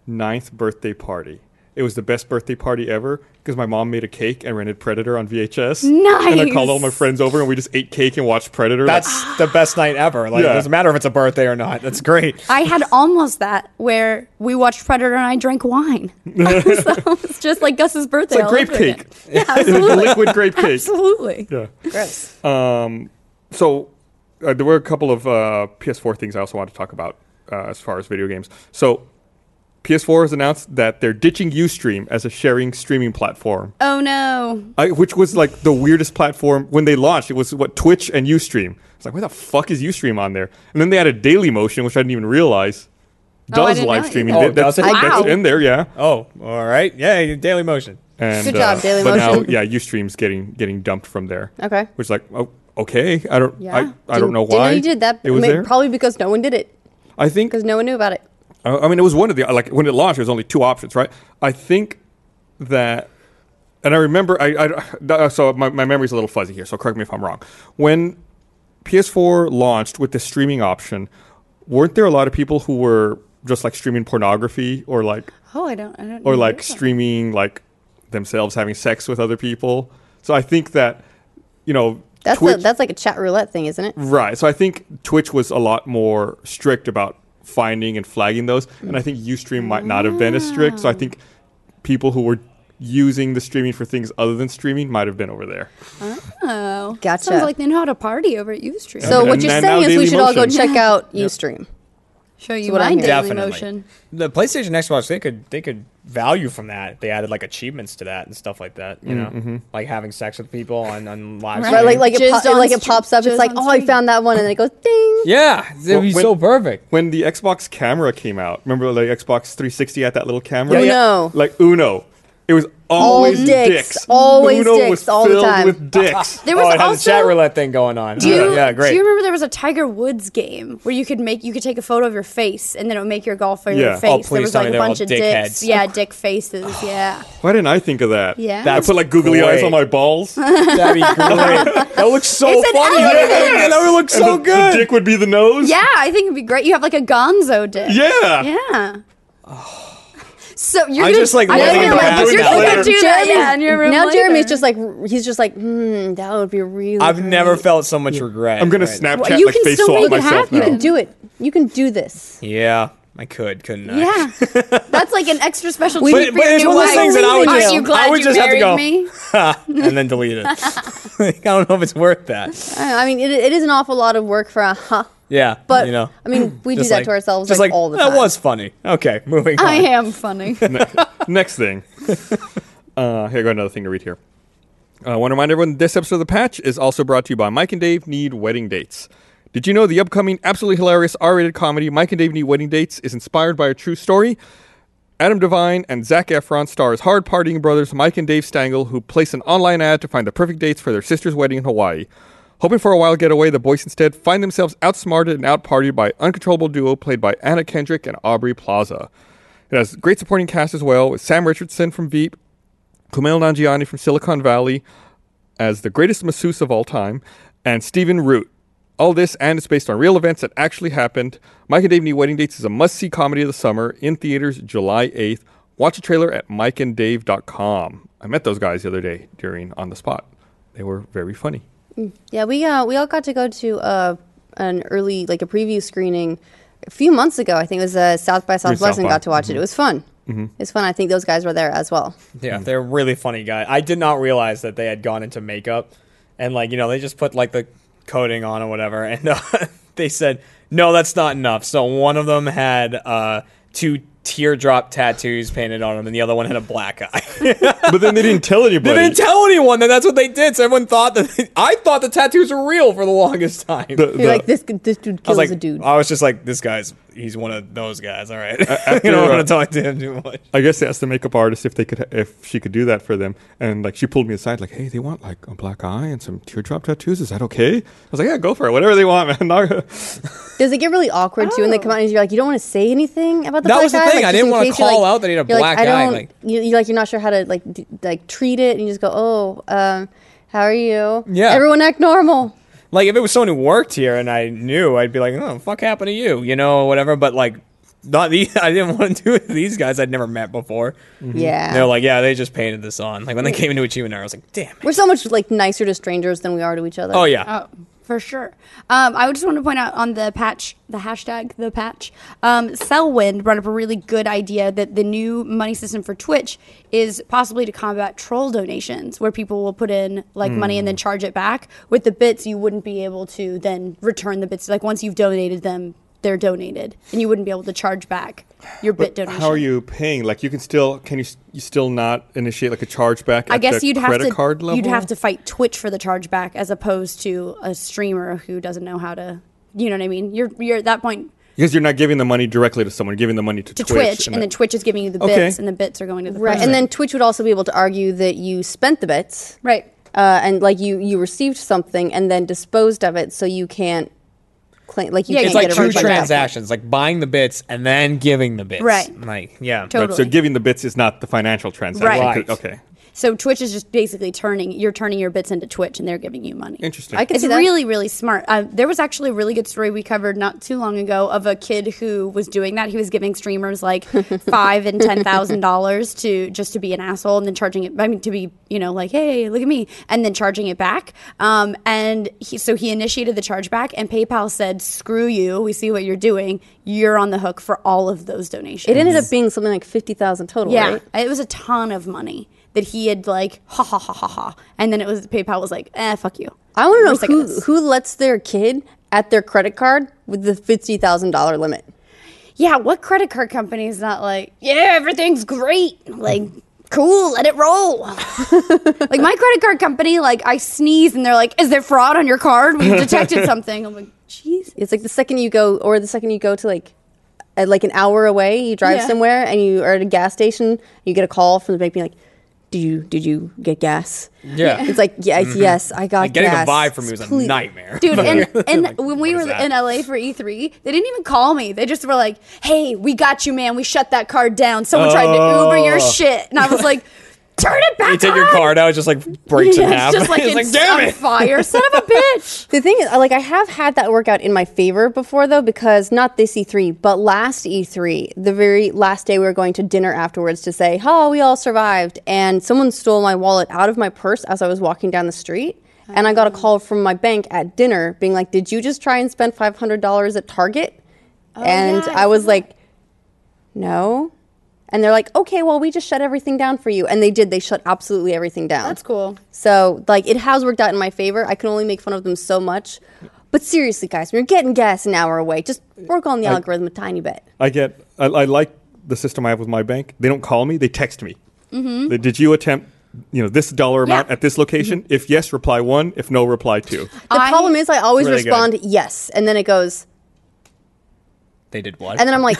Speaker 2: ninth birthday party. It was the best birthday party ever because my mom made a cake and rented Predator on VHS. And I called all my
Speaker 1: Nice.
Speaker 2: friends over and we just ate cake and watched Predator. like-
Speaker 4: Ah.
Speaker 3: That's the best night ever. Like,
Speaker 2: Yeah.
Speaker 3: it doesn't matter if it's a birthday or not. That's great.
Speaker 1: I had almost that where we watched Predator and I drank wine. so it's just like Gus's birthday.
Speaker 2: like
Speaker 1: all
Speaker 2: grape
Speaker 1: over again.
Speaker 2: cake.
Speaker 1: Yeah,
Speaker 2: the
Speaker 1: absolutely.
Speaker 2: liquid grape cake.
Speaker 1: absolutely.
Speaker 2: Yeah.
Speaker 4: Gross.
Speaker 2: Um, so uh, there were a couple of uh, PS4 things I also wanted to talk about uh, as far as video games. So PS4 has announced that they're ditching Ustream as a sharing streaming platform.
Speaker 1: Oh no.
Speaker 2: I, which was like the weirdest platform when they launched. It was what Twitch and UStream. It's like, where the fuck is UStream on there? And then they added Daily Motion, which I didn't even realize
Speaker 1: Oh, I
Speaker 2: does
Speaker 1: didn't know
Speaker 2: live
Speaker 1: either.
Speaker 2: streaming.
Speaker 1: Oh,
Speaker 2: That- that's,
Speaker 3: does it?
Speaker 2: that's
Speaker 1: Wow.
Speaker 2: in there, yeah.
Speaker 3: Oh, all right. Yeah, Daily Motion.
Speaker 2: And,
Speaker 4: Good job,
Speaker 2: uh,
Speaker 4: Daily
Speaker 2: but
Speaker 4: Motion.
Speaker 2: now, yeah, UStream's getting getting dumped from there.
Speaker 4: Okay.
Speaker 2: Which like, oh, okay, I don't,
Speaker 4: Yeah.
Speaker 2: I, I don't
Speaker 4: Didn't-
Speaker 2: know
Speaker 4: didn't
Speaker 2: why
Speaker 4: you did that.
Speaker 2: It was
Speaker 4: Maybe-
Speaker 2: there.
Speaker 4: Probably because no one did it.
Speaker 2: I think
Speaker 4: Because no one knew about it.
Speaker 2: I I mean, it was one of the like when it launched. There was only two options, right? I think that, and I remember. I, I uh, so my my memory's a little fuzzy here. So correct me if I'm wrong. When PS4 launched with the streaming option, weren't there a lot of people who were just like streaming pornography or like
Speaker 1: Oh, I don't. I don't.
Speaker 2: or
Speaker 1: know
Speaker 2: like
Speaker 1: that.
Speaker 2: streaming like themselves having sex with other people? So I think that you know
Speaker 4: That's a,
Speaker 2: Twitch-
Speaker 4: that's like a chat roulette thing, isn't it?
Speaker 2: Right. So I think Twitch was a lot more strict about finding and flagging those, and I think UStream might not have been as strict. So I think people who were using the streaming for things other than streaming might have been over there.
Speaker 1: Oh,
Speaker 4: Gotcha.
Speaker 1: Sounds like they know how to party over at Ustream.
Speaker 4: So
Speaker 2: And-
Speaker 4: what
Speaker 2: and
Speaker 4: you're
Speaker 2: now-
Speaker 4: saying
Speaker 2: now
Speaker 4: is we
Speaker 2: Daily
Speaker 4: should all go
Speaker 2: Motion.
Speaker 4: check out UStream.
Speaker 1: show you
Speaker 4: what I
Speaker 1: my
Speaker 4: hear.
Speaker 1: daily
Speaker 3: Definitely.
Speaker 1: motion.
Speaker 3: The PlayStation Xbox, they could they could value from that. if They added like achievements to that and stuff like that. You know, like having sex with people on on live.
Speaker 4: Right,
Speaker 1: Right.
Speaker 3: stream.
Speaker 4: like like it,
Speaker 1: Jizzed
Speaker 4: pop,
Speaker 1: on
Speaker 4: like it
Speaker 1: stream-
Speaker 4: pops up.
Speaker 1: jizzed
Speaker 4: It's like,
Speaker 1: on
Speaker 4: oh, I
Speaker 1: stream.
Speaker 4: found that one, and then it goes ding.
Speaker 3: yeah, it'd
Speaker 2: Well,
Speaker 3: be
Speaker 2: when-
Speaker 3: so perfect.
Speaker 2: When the Xbox camera came out, remember the Xbox 360 had that little camera?
Speaker 4: Yeah, yeah. Uno.
Speaker 2: Like Uno. It was always
Speaker 4: dicks. Always
Speaker 2: Uno
Speaker 4: dicks,
Speaker 2: was
Speaker 4: all the
Speaker 2: filled
Speaker 4: time.
Speaker 2: with dicks.
Speaker 1: There
Speaker 3: oh,
Speaker 1: was
Speaker 3: it has
Speaker 1: also
Speaker 3: a chat roulette thing going on.
Speaker 1: Do you,
Speaker 3: yeah, yeah, great.
Speaker 1: Do you remember there was a Tiger Woods game where you could make you could take a photo of your face and then it would make your golfer
Speaker 2: Yeah. Oh,
Speaker 1: your face. there
Speaker 3: please
Speaker 1: was
Speaker 3: tell
Speaker 1: like
Speaker 3: me
Speaker 1: a
Speaker 3: they're all
Speaker 1: bunch of
Speaker 3: dick
Speaker 1: dicks.
Speaker 3: heads.
Speaker 1: Yeah, dick faces. Yeah.
Speaker 2: Why didn't I think of that?
Speaker 1: Yeah.
Speaker 2: I
Speaker 1: That's
Speaker 2: put like googly eyes on
Speaker 3: great.
Speaker 2: my balls.
Speaker 3: That'd be great. That looks so
Speaker 1: It's an
Speaker 3: funny.
Speaker 1: elevator.
Speaker 3: Yeah, that would look
Speaker 2: And
Speaker 3: so
Speaker 2: the-
Speaker 3: good.
Speaker 2: The dick would be the nose.
Speaker 1: Yeah, I think it'd be great. You have like a gonzo dick.
Speaker 2: Yeah.
Speaker 1: Yeah. So you're
Speaker 3: I'm
Speaker 1: gonna,
Speaker 3: just, like,
Speaker 1: I know
Speaker 3: laying
Speaker 1: you're
Speaker 3: in the
Speaker 1: like,
Speaker 3: bathroom
Speaker 1: you're
Speaker 3: now.
Speaker 1: gonna do that, yeah, in your room
Speaker 4: now
Speaker 1: later.
Speaker 4: Jeremy's just like he's just like, hmm, that would be really.
Speaker 3: I've
Speaker 4: great."
Speaker 3: never felt so much regret.
Speaker 2: I'm gonna
Speaker 3: right
Speaker 2: Snapchat
Speaker 1: Well, you
Speaker 2: like
Speaker 1: can
Speaker 2: face
Speaker 1: still
Speaker 2: swap
Speaker 1: make it
Speaker 2: myself
Speaker 1: happen.
Speaker 4: You
Speaker 2: now.
Speaker 4: can do it. You can do this.
Speaker 3: now. Yeah, I could, couldn't I?
Speaker 1: yeah, that's like an extra special
Speaker 3: But-
Speaker 1: treat for
Speaker 3: but
Speaker 1: your
Speaker 3: it's
Speaker 1: new
Speaker 3: one of those
Speaker 1: wife.
Speaker 3: things that I would
Speaker 1: Aren't
Speaker 3: just-
Speaker 1: you glad
Speaker 3: I would
Speaker 1: you
Speaker 3: just have to
Speaker 1: married
Speaker 3: go,
Speaker 1: me?
Speaker 3: and then delete it. I don't know if it's worth that.
Speaker 4: I I mean, it, it is an awful lot of work for a huh.
Speaker 3: Yeah,
Speaker 4: But
Speaker 3: you know,
Speaker 4: I mean, we do
Speaker 3: just
Speaker 4: that
Speaker 3: like-
Speaker 4: to ourselves
Speaker 3: just
Speaker 4: like, all the time. Oh,
Speaker 3: That was funny. Okay, moving.
Speaker 1: I
Speaker 3: on.
Speaker 1: am funny.
Speaker 2: Next thing. uh, here, I got another thing to read here. Uh, I want to remind everyone this episode of The Patch is also brought to you by Mike and Dave Need Wedding Dates. Did you know the upcoming absolutely hilarious R rated comedy Mike and Dave Need Wedding Dates is inspired by a true story? Adam Devine and Zach Efron star as hard partying brothers Mike and Dave Stangle, who place an online ad to find the perfect dates for their sister's wedding in Hawaii. Hoping for a wild getaway, the boys instead find themselves outsmarted and outpartied by uncontrollable duo played by Anna Kendrick and Aubrey Plaza. It has great supporting cast as well, with Sam Richardson from Veep, Kumail Nanjiani from Silicon Valley as the greatest masseuse of all time, and Stephen Root. All this and it's based on real events that actually happened. Mike and Dave Need Wedding Dates is a must see comedy of the summer in theaters July 8th. Watch a trailer at mikeanddave.com. I met those guys the other day during On the Spot. They were very funny.
Speaker 4: Yeah, we uh, we all got to go to uh, an early like a preview screening a few months ago. I think it was uh, South by Southwest, and
Speaker 2: by.
Speaker 4: got to watch
Speaker 3: Mm-hmm.
Speaker 4: it. It was fun. It's fun. I think those guys were there as well.
Speaker 3: Yeah, they're really funny guy. I did not realize that they had gone into makeup, and like you know they just put like the coating on or whatever, and uh, they said no, that's not enough. So one of them had uh, two teardrop tattoos painted on him, and the other one had a black eye.
Speaker 2: But then they didn't tell anybody.
Speaker 3: they didn't tell anyone that that's what they did. So everyone thought that I thought the tattoos were real for the longest time.
Speaker 2: The- the-
Speaker 4: You're like this. This dude
Speaker 3: I
Speaker 4: kills
Speaker 3: was like, uh,
Speaker 4: a dude.
Speaker 3: I was just like, this guy's he's one of those guys. All right,
Speaker 2: after,
Speaker 3: you don't
Speaker 2: uh,
Speaker 3: want to talk to him too much.
Speaker 2: I guess they asked the makeup artist if they could, if she could do that for them, and like she pulled me aside, like, "Hey, they want like a black eye and some teardrop tattoos. Is that okay?" I was like, "Yeah, go for it. Whatever they want, man." Not-
Speaker 4: Does it get really awkward too when they come out and you're like, you don't want to say anything about the
Speaker 3: That
Speaker 4: black
Speaker 3: was the
Speaker 4: eye?
Speaker 3: thing.
Speaker 4: Like, just
Speaker 3: I didn't
Speaker 4: in
Speaker 3: wanna
Speaker 4: case you're
Speaker 3: call
Speaker 4: like-
Speaker 3: out that he had a
Speaker 4: you're
Speaker 3: black
Speaker 4: like, I
Speaker 3: eye,
Speaker 4: Don't,
Speaker 3: like-
Speaker 4: you, you like you're not sure how to like d- like treat it, and you just go, oh, um, how are you?
Speaker 3: Yeah.
Speaker 4: Everyone act normal.
Speaker 3: Like if it was someone who worked here and I knew, I'd be like, "Oh, fuck happened to you," you know, or whatever. But like, not these. I didn't want to do it. to These guys I'd never met before.
Speaker 4: Yeah.
Speaker 3: Mm-hmm. They're like, "Yeah, they just painted this on." Like when they came into Achievement Hour, I was like, "Damn." it."
Speaker 4: We're so much like nicer to strangers than we are to each other.
Speaker 3: Oh yeah.
Speaker 1: Oh, for sure. Um, I just want to point out on the patch, the hashtag, the patch. Um, Selwyn brought up a really good idea that the new money system for Twitch is possibly to combat troll donations, where people will put in like money
Speaker 2: Hmm.
Speaker 1: and then charge it back. With the bits, you wouldn't be able to then return the bits. Like once you've donated them, they're donated, and you wouldn't be able to charge back your bit donation.
Speaker 2: How are you paying? Like, you can still can you, s- you still not initiate like a chargeback? At
Speaker 1: I guess
Speaker 2: the
Speaker 1: you'd have
Speaker 2: credit
Speaker 1: to
Speaker 2: card level.
Speaker 1: you'd have to fight Twitch for the chargeback as opposed to a streamer who doesn't know how to. You know what I mean? You're you're at that point
Speaker 2: because you're not giving the money directly to someone, you're giving the money to,
Speaker 1: to Twitch, and then
Speaker 2: that-
Speaker 1: Twitch is giving you the bits,
Speaker 2: Okay.
Speaker 1: and the bits are going to the
Speaker 4: Right.
Speaker 1: person.
Speaker 4: And then Twitch would also be able to argue that you spent the bits.
Speaker 1: right.
Speaker 4: Uh, and like you, you received something and then disposed of it, so you can't claim like you
Speaker 1: Yeah,
Speaker 4: can't
Speaker 1: you
Speaker 3: It's
Speaker 4: get
Speaker 3: like
Speaker 1: can't
Speaker 4: a
Speaker 3: two
Speaker 1: everybody back.
Speaker 4: refund.
Speaker 3: transactions, like buying the bits and then giving the bits.
Speaker 1: Right.
Speaker 3: Like yeah.
Speaker 1: Totally.
Speaker 2: So giving the bits is not the financial transaction.
Speaker 1: Right.
Speaker 2: Could- Okay.
Speaker 1: So Twitch is just basically turning you're turning your bits into Twitch, and they're giving you money.
Speaker 2: Interesting.
Speaker 4: I can
Speaker 1: It's
Speaker 4: see that.
Speaker 1: really, really smart. Uh, there was actually a really good story we covered not too long ago of a kid who was doing that. He was giving streamers like five and ten thousand dollars to just to be an asshole, and then charging it. I mean, to be you know like, hey, look at me, and then charging it back. Um, and he, so he initiated the chargeback, and PayPal said, "Screw you. We see what you're doing. You're on the hook for all of those donations."
Speaker 4: It ended up being something like fifty thousand total.
Speaker 1: Yeah,
Speaker 4: Right?
Speaker 1: it was a ton of money that he had like ha ha ha ha ha, and then it was PayPal was like, eh, fuck you.
Speaker 4: I want to
Speaker 1: We're
Speaker 4: know
Speaker 1: sick of
Speaker 4: who
Speaker 1: this.
Speaker 4: who lets their kid at their credit card with the fifty thousand dollar limit.
Speaker 1: Yeah, what credit card company is not like, yeah, everything's great, like. Cool, let it roll. like my credit card company, like I sneeze and they're like, "Is there fraud on your card? We've detected something." I'm like, "Jeez."
Speaker 4: It's like the second you go, or the second you go to like, at like an hour away, you drive
Speaker 1: Yeah.
Speaker 4: somewhere and you are at a gas station. You get a call from the bank being like, "Did you did you get gas?"
Speaker 3: Yeah. Mm-hmm.
Speaker 4: It's like yes, yes, I got
Speaker 3: Like getting
Speaker 4: gas.
Speaker 3: a vibe from me was a
Speaker 4: Please-
Speaker 3: nightmare.
Speaker 1: Dude, and, and
Speaker 3: Like,
Speaker 1: when we
Speaker 3: what
Speaker 1: were
Speaker 3: is that?
Speaker 1: in LA for E3, they didn't even call me. They just were like, "Hey, we got you, man. We shut that card down. Someone tried to Uber your
Speaker 3: Oh.
Speaker 1: shit." And I was like, "Turn it back
Speaker 3: you take your
Speaker 1: on!"
Speaker 3: card out, it just like breaks in
Speaker 1: Yeah,
Speaker 3: half.
Speaker 1: It's just like,
Speaker 3: It's
Speaker 1: it's
Speaker 3: damn
Speaker 1: on
Speaker 3: it.
Speaker 1: fire, son of a bitch.
Speaker 4: The thing is, like, I have had that workout in my favor before, though, because not this E3, but last E3, the very last day we were going to dinner afterwards to say, oh, we all survived. And someone stole my wallet out of my purse as I was walking down the street. And I got a
Speaker 1: Oh.
Speaker 4: call from my bank at dinner being like, did you just try and spend $500 at Target? and
Speaker 1: Oh, yeah, I
Speaker 4: I was
Speaker 1: saw
Speaker 4: like, no. And they're like, okay, well, we just shut everything down for you. And they did. They shut absolutely everything down.
Speaker 1: That's cool.
Speaker 4: So like it has worked out in my favor. I can only make fun of them so much. But seriously, guys, when you're getting gas an hour away, just work on the algorithm a tiny bit.
Speaker 2: I get. I, I like the system I have with my bank. They don't call me; they text me. They- Did you attempt, you know, this dollar amount
Speaker 1: Mm-hmm. Yeah. Mm-hmm.
Speaker 2: at this location? If yes, reply one. If no, reply two.
Speaker 4: The
Speaker 1: I-
Speaker 4: problem is I always
Speaker 3: Really good.
Speaker 4: respond yes, and then it goes,
Speaker 3: They did what?
Speaker 4: and then I'm like,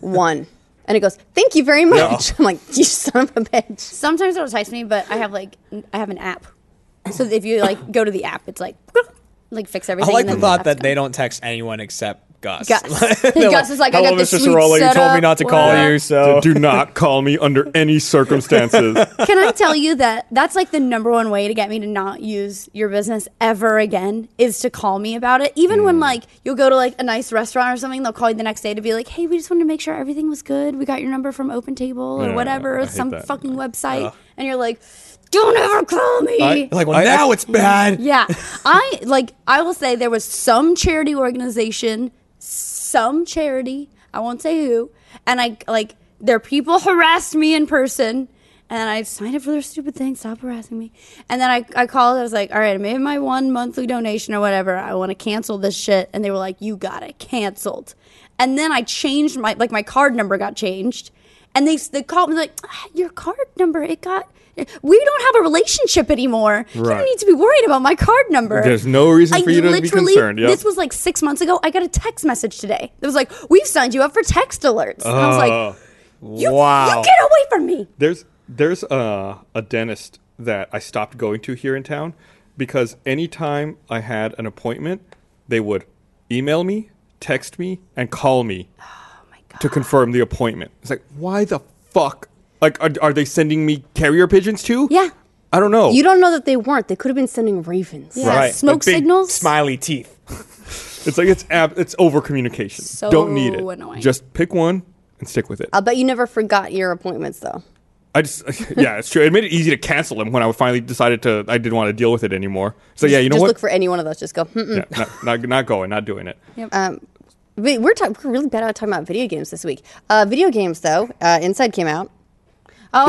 Speaker 4: one, and it goes, thank you very much. I'm like, you son of a bitch.
Speaker 1: Sometimes it'll text me, but I have like I have an app. So if you like go to the app, it's like like fix
Speaker 3: I
Speaker 1: everything.
Speaker 3: like
Speaker 1: and
Speaker 3: the
Speaker 1: then
Speaker 3: thought
Speaker 1: that's
Speaker 3: that they
Speaker 1: done.
Speaker 3: don't text anyone except Gus.
Speaker 4: Gus.
Speaker 3: They're
Speaker 1: Gus is like, I
Speaker 3: "Hello,
Speaker 1: got the
Speaker 3: Mr.
Speaker 1: sweet
Speaker 3: Cirola, You told me
Speaker 1: setup,
Speaker 3: not to call
Speaker 1: whatever."
Speaker 3: you, so
Speaker 2: Uh, do not call me under any circumstances.
Speaker 1: Can I tell you that that's like the number one way to get me to not use your business ever again is to call me about it. Even
Speaker 3: Mm.
Speaker 1: when like you'll go to like a nice restaurant or something, they'll call you the next day to be like, "Hey, we just wanted to make sure everything was good. We got your number from Open Table or
Speaker 2: Yeah,
Speaker 1: whatever,
Speaker 2: I
Speaker 1: or
Speaker 2: hate
Speaker 1: some
Speaker 2: that.
Speaker 1: fucking
Speaker 3: Uh.
Speaker 1: website," and you're like, "Don't ever call me."
Speaker 3: like, well,
Speaker 2: I- I-
Speaker 3: now it's bad.
Speaker 1: Yeah. I like I will say there was some charity organization, some charity, I won't say who, and I like their people harassed me in person and I signed up for their stupid thing, stop harassing me. And then I, I called, I was like, All right, I made my one monthly donation or whatever. I wanna cancel this shit and they were like, You got it, cancelled. And then I changed my like my card number got changed. And they they called me like, "Ah, your card number, it got we don't have a relationship anymore. You
Speaker 2: Right.
Speaker 1: don't need to be worried about my card number.
Speaker 2: There's no reason for you to be
Speaker 1: literally-
Speaker 2: concerned, yep.
Speaker 1: This was like six months ago. I got a text message today that was like, "We've signed you up for text alerts." And I was
Speaker 2: Oh.
Speaker 1: like, you,
Speaker 3: wow.
Speaker 1: you get away from me!"
Speaker 2: There's there's uh, a dentist that I stopped going to here in town because anytime I had an appointment, they would email me, text me, and call me to confirm the appointment. It's like, why the fuck? Like, are, are they sending me carrier pigeons too?
Speaker 1: Yeah.
Speaker 2: I don't know.
Speaker 4: You don't know that they weren't. They could have been sending ravens.
Speaker 1: Yeah,
Speaker 3: Right.
Speaker 1: smoke
Speaker 2: Like big
Speaker 1: signals.
Speaker 3: Smiley teeth.
Speaker 2: it's like it's ab- it's over communication.
Speaker 1: So
Speaker 2: don't need it.
Speaker 1: annoying.
Speaker 2: Just pick one and stick with it.
Speaker 4: I'll bet you never forgot your appointments though.
Speaker 2: I just yeah, it's true. It made it easy to cancel them when I finally decided to. I didn't want to deal with it anymore. So yeah, you know
Speaker 4: Just
Speaker 2: what?
Speaker 4: look for any one of those. Just go. Mm-mm.
Speaker 2: yeah, not, not not going, not doing it.
Speaker 4: Wait, we're talking. We're really bad at talking about video games this week. Uh, video games though. Uh, Inside came out.
Speaker 1: oh,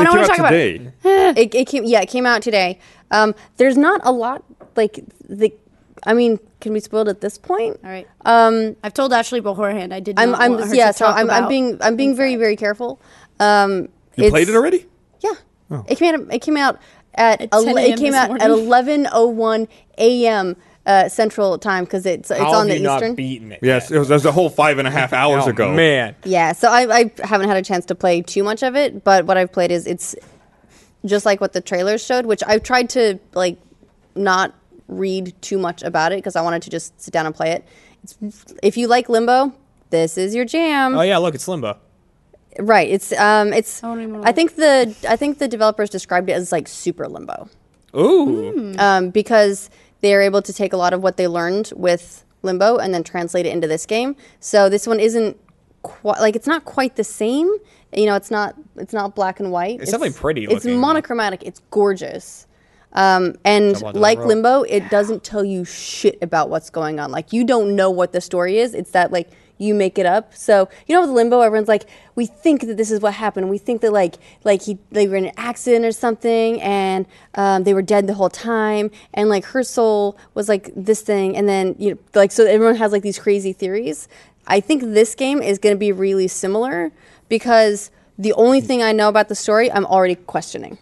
Speaker 2: It
Speaker 1: I don't
Speaker 2: came
Speaker 1: want to
Speaker 2: out
Speaker 1: talk about it.
Speaker 2: today.
Speaker 4: it, it came yeah it came out today um there's not a lot like the i mean can be spoiled at this point
Speaker 1: All right.
Speaker 4: um
Speaker 1: I've told Ashley beforehand. I did.
Speaker 4: i'm
Speaker 1: not want
Speaker 4: i'm
Speaker 1: her
Speaker 4: yeah
Speaker 1: to
Speaker 4: so
Speaker 1: talk
Speaker 4: i'm, I'm
Speaker 1: about-
Speaker 4: being i'm being very very careful um
Speaker 2: You played it already?
Speaker 4: yeah it came out it came out at,
Speaker 1: At
Speaker 4: ele-
Speaker 1: 10
Speaker 4: it
Speaker 1: a.m.
Speaker 4: came
Speaker 1: this
Speaker 4: out at
Speaker 1: morning.
Speaker 4: 11:01 a.m. Uh, central time because it's it's on
Speaker 3: How have
Speaker 4: the
Speaker 3: you not
Speaker 4: eastern
Speaker 3: beaten it?
Speaker 2: Yes,
Speaker 3: yet?
Speaker 2: it was, that was a whole five and a half hours
Speaker 3: Oh,
Speaker 2: ago.
Speaker 3: man.
Speaker 4: Yeah, so I, I haven't had a chance to play too much of it, but what I've played is it's just like what the trailers showed, which I've tried to like not read too much about it because I wanted to just sit down and play it. It's, if you like Limbo, this is your jam,
Speaker 3: Oh yeah, look, it's Limbo.
Speaker 4: right? It's um, it's
Speaker 1: I don't even
Speaker 4: I,
Speaker 1: know.
Speaker 4: think the I think the developers described it as like super Limbo
Speaker 3: Ooh.
Speaker 4: um, because they are able to take a lot of what they learned with Limbo and then translate it into this game. So this one isn't quite like it's not quite the same. You know, it's not it's not black and white. It's,
Speaker 3: definitely pretty
Speaker 4: It's
Speaker 3: looking.
Speaker 4: monochromatic. It's gorgeous. Um, and
Speaker 3: Double on to the
Speaker 4: like
Speaker 3: road.
Speaker 4: Limbo, it doesn't tell you shit about what's going on. Like you don't know what the story is. It's that like you make it up. So you know with Limbo, everyone's like, we think that this is what happened. We think that like like he they were in an accident or something, and um, they were dead the whole time. And like her soul was like this thing, and then you know like so everyone has like these crazy theories. I think this game is going to be really similar because the only thing I know about the story, I'm already questioning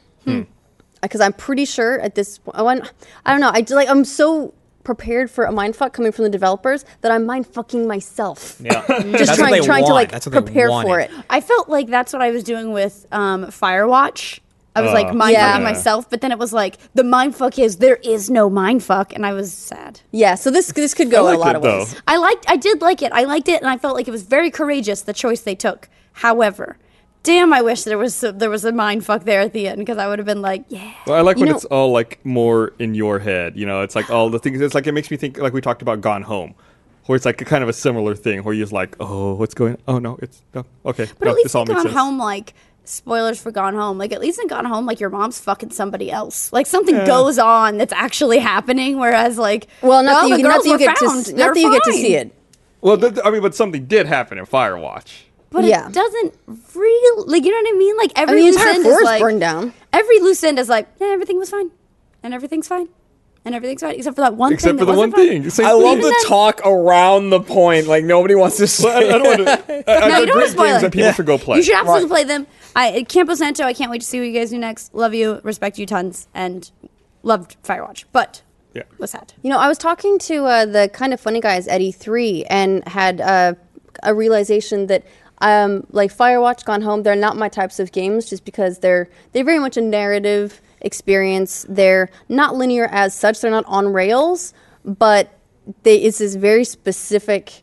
Speaker 4: because I'm pretty sure at this point, I want- I don't know. I d- like I'm so prepared for a mindfuck coming from the developers that I'm mind fucking myself.
Speaker 3: Yeah.
Speaker 4: Just trying, trying to like prepare for it.
Speaker 1: I felt like that's what I was doing with um, Firewatch. I was
Speaker 2: Uh,
Speaker 1: like mind
Speaker 4: Yeah.
Speaker 1: fucking myself, but then it was like the mind fuck is there is no mind fuck, and I was sad.
Speaker 4: Yeah. So this this could go
Speaker 2: I
Speaker 4: a
Speaker 2: liked
Speaker 4: lot
Speaker 2: it,
Speaker 4: of
Speaker 2: though.
Speaker 4: ways.
Speaker 1: I liked I did like it. I liked it and I felt like it was very courageous the choice they took. However, damn I wish there was a, there was a mind fuck there at the end because I would have been like, yeah.
Speaker 2: Well, I like
Speaker 4: You
Speaker 2: when
Speaker 4: know-
Speaker 2: it's all like more in your head. You know, it's like all the things. It's like it makes me think. Like we talked about Gone Home, where it's like a kind of a similar thing, where you're just like, oh, what's going? Oh no, it's no, okay.
Speaker 1: But
Speaker 2: no,
Speaker 1: at least
Speaker 2: this all
Speaker 1: in
Speaker 2: makes
Speaker 1: Gone
Speaker 2: sense.
Speaker 1: Home like spoilers for Gone Home, like at least in Gone Home like your mom's fucking somebody else. Like something goes on that's actually happening whereas like oh,
Speaker 4: Well, not that
Speaker 1: the
Speaker 4: you, not
Speaker 1: girls
Speaker 4: that you
Speaker 1: were
Speaker 4: get to
Speaker 1: found.
Speaker 4: s-
Speaker 1: They're
Speaker 4: not that you get to
Speaker 1: fine.
Speaker 4: see it.
Speaker 2: Well, th- th- I mean, but something did happen in Firewatch.
Speaker 1: But
Speaker 4: Yeah.
Speaker 1: it doesn't really like you know what I mean? Like every
Speaker 4: mean, the
Speaker 1: loose
Speaker 4: entire
Speaker 1: end
Speaker 4: forest
Speaker 1: is like
Speaker 4: burned down.
Speaker 1: Every loose end is like, yeah, everything was fine. And everything's fine. And everything's fine. Except for that one
Speaker 2: Except
Speaker 1: thing.
Speaker 2: for the
Speaker 1: that
Speaker 2: one
Speaker 1: wasn't
Speaker 2: thing.
Speaker 1: fine.
Speaker 2: Same
Speaker 3: I
Speaker 2: thing.
Speaker 3: love
Speaker 1: Even
Speaker 3: the
Speaker 1: then-
Speaker 3: talk around the point. Like nobody wants to
Speaker 2: Well, I, I
Speaker 3: say.
Speaker 2: don't want to. I, I,
Speaker 1: No,
Speaker 2: they're
Speaker 1: you don't
Speaker 2: great
Speaker 1: want to spoil
Speaker 2: games
Speaker 1: it.
Speaker 2: that people should go play.
Speaker 1: You should absolutely
Speaker 3: Right.
Speaker 1: play them. I Campo Santo, I can't wait to see what you guys do next. Love you, respect you tons, and loved Firewatch. But
Speaker 2: Yeah.
Speaker 1: was sad.
Speaker 4: You know, I was talking to uh, the kind of funny guys at E3 and had uh, a realization that, um, like Firewatch, Gone Home, they're not my types of games just because they're they're very much a narrative experience. They're not linear as such. They're not on rails, but they, it's this very specific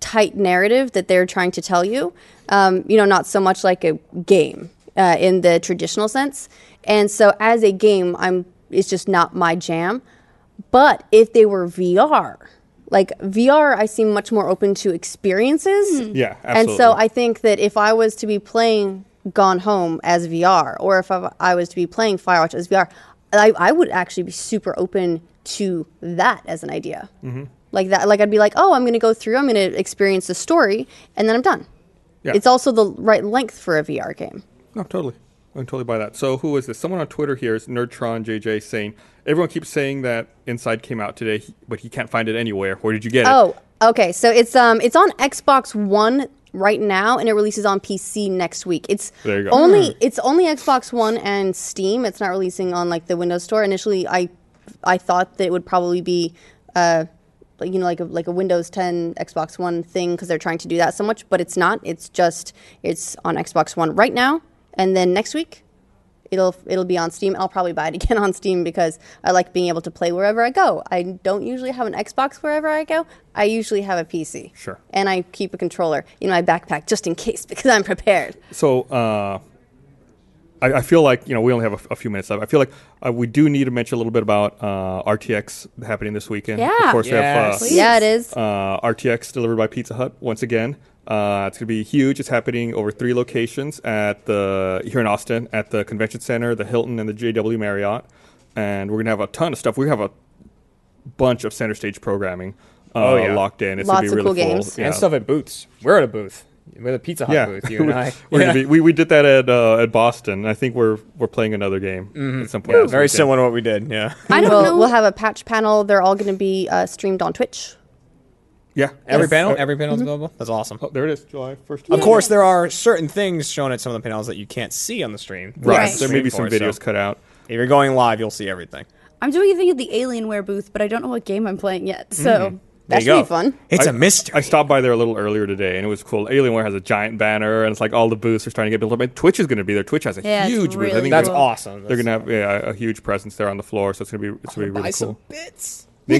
Speaker 4: tight narrative that they're trying to tell you. Um, you know, not so much like a game uh, in the traditional sense. And so, as a game, I'm it's just not my jam. But if they were VR, like VR, I seem much more open to experiences.
Speaker 2: Yeah,
Speaker 4: And
Speaker 2: absolutely.
Speaker 4: so I think that if I was to be playing Gone Home as VR, or if I I was to be playing Firewatch as VR, I, I would actually be super open to that as an idea.
Speaker 2: Mm-hmm.
Speaker 4: Like that, like I'd be like, oh, I'm going to go through, I'm going to experience the story, and then I'm done.
Speaker 2: Yeah.
Speaker 4: It's also the right length for a VR game.
Speaker 2: No, totally. I can totally buy that. So who is this? Someone on Twitter here is Nerdtron JJ saying everyone keeps saying that Inside came out today, he- but he can't find it anywhere. Where did you get it?
Speaker 4: Oh, okay. So it's um it's on Xbox One right now and it releases on PC next week. It's
Speaker 2: There you go.
Speaker 4: only it's only Xbox One and Steam. It's not releasing on like the Windows Store. Initially I I thought that it would probably be uh like, you know like a, like a Windows 10 Xbox One thing because they're trying to do that so much, but it's not. It's just it's on Xbox One right now and then next week it'll it'll be on Steam. I'll probably buy it again on Steam because I like being able to play wherever I go. I don't usually have an Xbox wherever I go. I usually have a PC.
Speaker 2: Sure.
Speaker 4: And I keep a controller in my backpack just in case because I'm prepared.
Speaker 2: So uh, I, I feel like you know we only have a f- a, few minutes left. I feel like uh, we do need to mention a little bit about uh, RTX happening this weekend.
Speaker 1: Yeah.
Speaker 2: of course
Speaker 3: Yes.
Speaker 2: we have
Speaker 1: Please.
Speaker 4: Yeah, it is.
Speaker 2: uh, uh, RTX delivered by Pizza Hut once again. Uh, it's going to be huge. It's happening over three locations at the here in Austin at the Convention Center, the Hilton, and the JW Marriott. And we're going to have a ton of stuff. We have a bunch of center stage programming uh,
Speaker 3: Oh, yeah.
Speaker 2: locked in. It's
Speaker 4: Lots
Speaker 2: gonna
Speaker 4: of
Speaker 2: be really
Speaker 4: cool
Speaker 2: full.
Speaker 4: games.
Speaker 2: Yeah.
Speaker 3: and stuff at booths. We're at a booth. We're at a Pizza Hut
Speaker 2: Yeah,
Speaker 3: booth. You and I.
Speaker 2: We're gonna
Speaker 3: Yeah.
Speaker 2: be- we we did that at uh, at Boston. and I think we're we're playing another game at some point.
Speaker 3: Mm-hmm. Yeah,
Speaker 2: this
Speaker 3: very
Speaker 2: weekend.
Speaker 3: similar to what we did. Yeah.
Speaker 1: I don't
Speaker 4: we'll,
Speaker 1: know.
Speaker 4: We'll have a patch panel. They're all going to be uh, streamed on Twitch.
Speaker 2: Yeah,
Speaker 3: Every
Speaker 2: Yes.
Speaker 3: panel,
Speaker 2: Uh,
Speaker 3: every panel's available. That's awesome.
Speaker 2: oh, there it is, July first.
Speaker 3: Of course, there are certain things shown at some of the panels that you can't see on the stream.
Speaker 2: right.
Speaker 1: Right.
Speaker 2: There may be some
Speaker 3: Stream for,
Speaker 2: videos
Speaker 3: so
Speaker 2: cut out.
Speaker 3: If you're going live, you'll see everything.
Speaker 1: I'm doing a thing at the Alienware booth, but I don't know what game I'm playing yet. So
Speaker 3: There
Speaker 4: That
Speaker 3: you
Speaker 4: should
Speaker 3: go.
Speaker 4: be fun.
Speaker 3: It's
Speaker 2: I-
Speaker 3: a mystery.
Speaker 2: I stopped by there a little earlier today, and it was cool. Alienware has a giant banner, and it's like all the booths are starting to get built up. And Twitch is going to be there. Twitch has a
Speaker 1: Yeah, it's
Speaker 2: huge booth. I
Speaker 1: really
Speaker 2: think
Speaker 3: That's
Speaker 1: Cool.
Speaker 2: they're,
Speaker 3: awesome.
Speaker 2: They're going to have yeah, a huge presence there on the floor, so it's going to be it's going to be
Speaker 3: buy
Speaker 2: really
Speaker 3: some
Speaker 2: cool.
Speaker 3: bits.
Speaker 1: you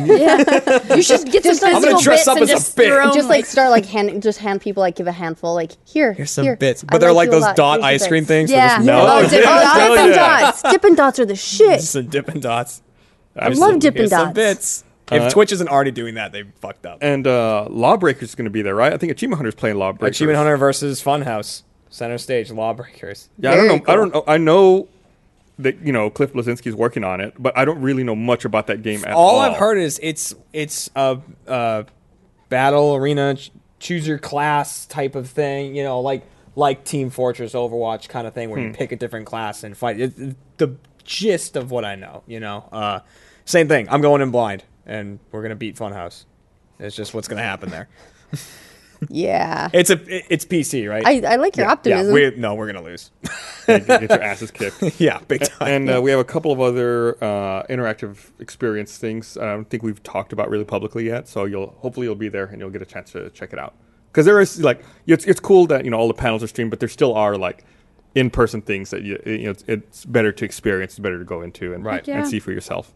Speaker 1: should get some
Speaker 3: gonna
Speaker 1: physical
Speaker 3: dress
Speaker 1: bits
Speaker 3: up
Speaker 1: and
Speaker 3: as a
Speaker 1: just
Speaker 3: bit.
Speaker 1: throw 'em,
Speaker 4: Just like start like hand just hand people like give a handful like here
Speaker 3: Here's some
Speaker 4: here,
Speaker 3: bits,
Speaker 4: I
Speaker 3: but they're like
Speaker 4: you a
Speaker 3: those
Speaker 4: lot.
Speaker 3: dot
Speaker 4: Here's your
Speaker 3: ice cream
Speaker 4: thing.
Speaker 3: things. That
Speaker 1: Yeah.
Speaker 3: just melt.
Speaker 4: Oh,
Speaker 2: Oh,
Speaker 4: Dip-
Speaker 2: yeah.
Speaker 4: oh,
Speaker 2: Hell
Speaker 4: Dippin'
Speaker 2: yeah.
Speaker 4: Dots. Dippin' Dots are the shit.
Speaker 3: Some Dippin' Dots.
Speaker 2: I
Speaker 4: love Dippin'
Speaker 3: Here's some
Speaker 4: Dots.
Speaker 3: bits. If
Speaker 2: Uh,
Speaker 3: Twitch isn't already doing that, they fucked up.
Speaker 2: And uh, Lawbreaker's going to be there, right? I think Achievement Hunter's playing Lawbreakers.
Speaker 3: Achievement Hunter versus Funhouse, center stage, Lawbreakers.
Speaker 2: Yeah, I don't know.
Speaker 4: Very
Speaker 2: I don't know. I know that you know Cliff Blazinski's working on it, but I don't really know much about that game at all.
Speaker 3: all I've heard is it's it's a, a battle arena ch- choose your class type of thing. You know, like like Team Fortress, Overwatch kind of thing, where you pick a different class and fight. It, it- the gist of what I know, you know, uh, same thing. I'm going in blind, and we're gonna beat Funhouse. It's just what's gonna happen there.
Speaker 4: Yeah.
Speaker 3: It's a it- it's PC, right?
Speaker 4: I, I like your optimism.
Speaker 3: Yeah, we, no, we're gonna lose.
Speaker 2: get, get your asses kicked.
Speaker 3: yeah,
Speaker 4: Eh,
Speaker 3: big time.
Speaker 2: And uh, we have a couple of other uh, interactive experience things. I don't think we've talked about really publicly yet, so you'll hopefully you'll be there and you'll get a chance to check it out. Because there is like it's, it's cool that you know all the panels are streamed, but there still are like in person things that you, you know it's, it's better to experience, it's better to go into and
Speaker 3: Right. Heck
Speaker 1: yeah.
Speaker 2: and see for yourself.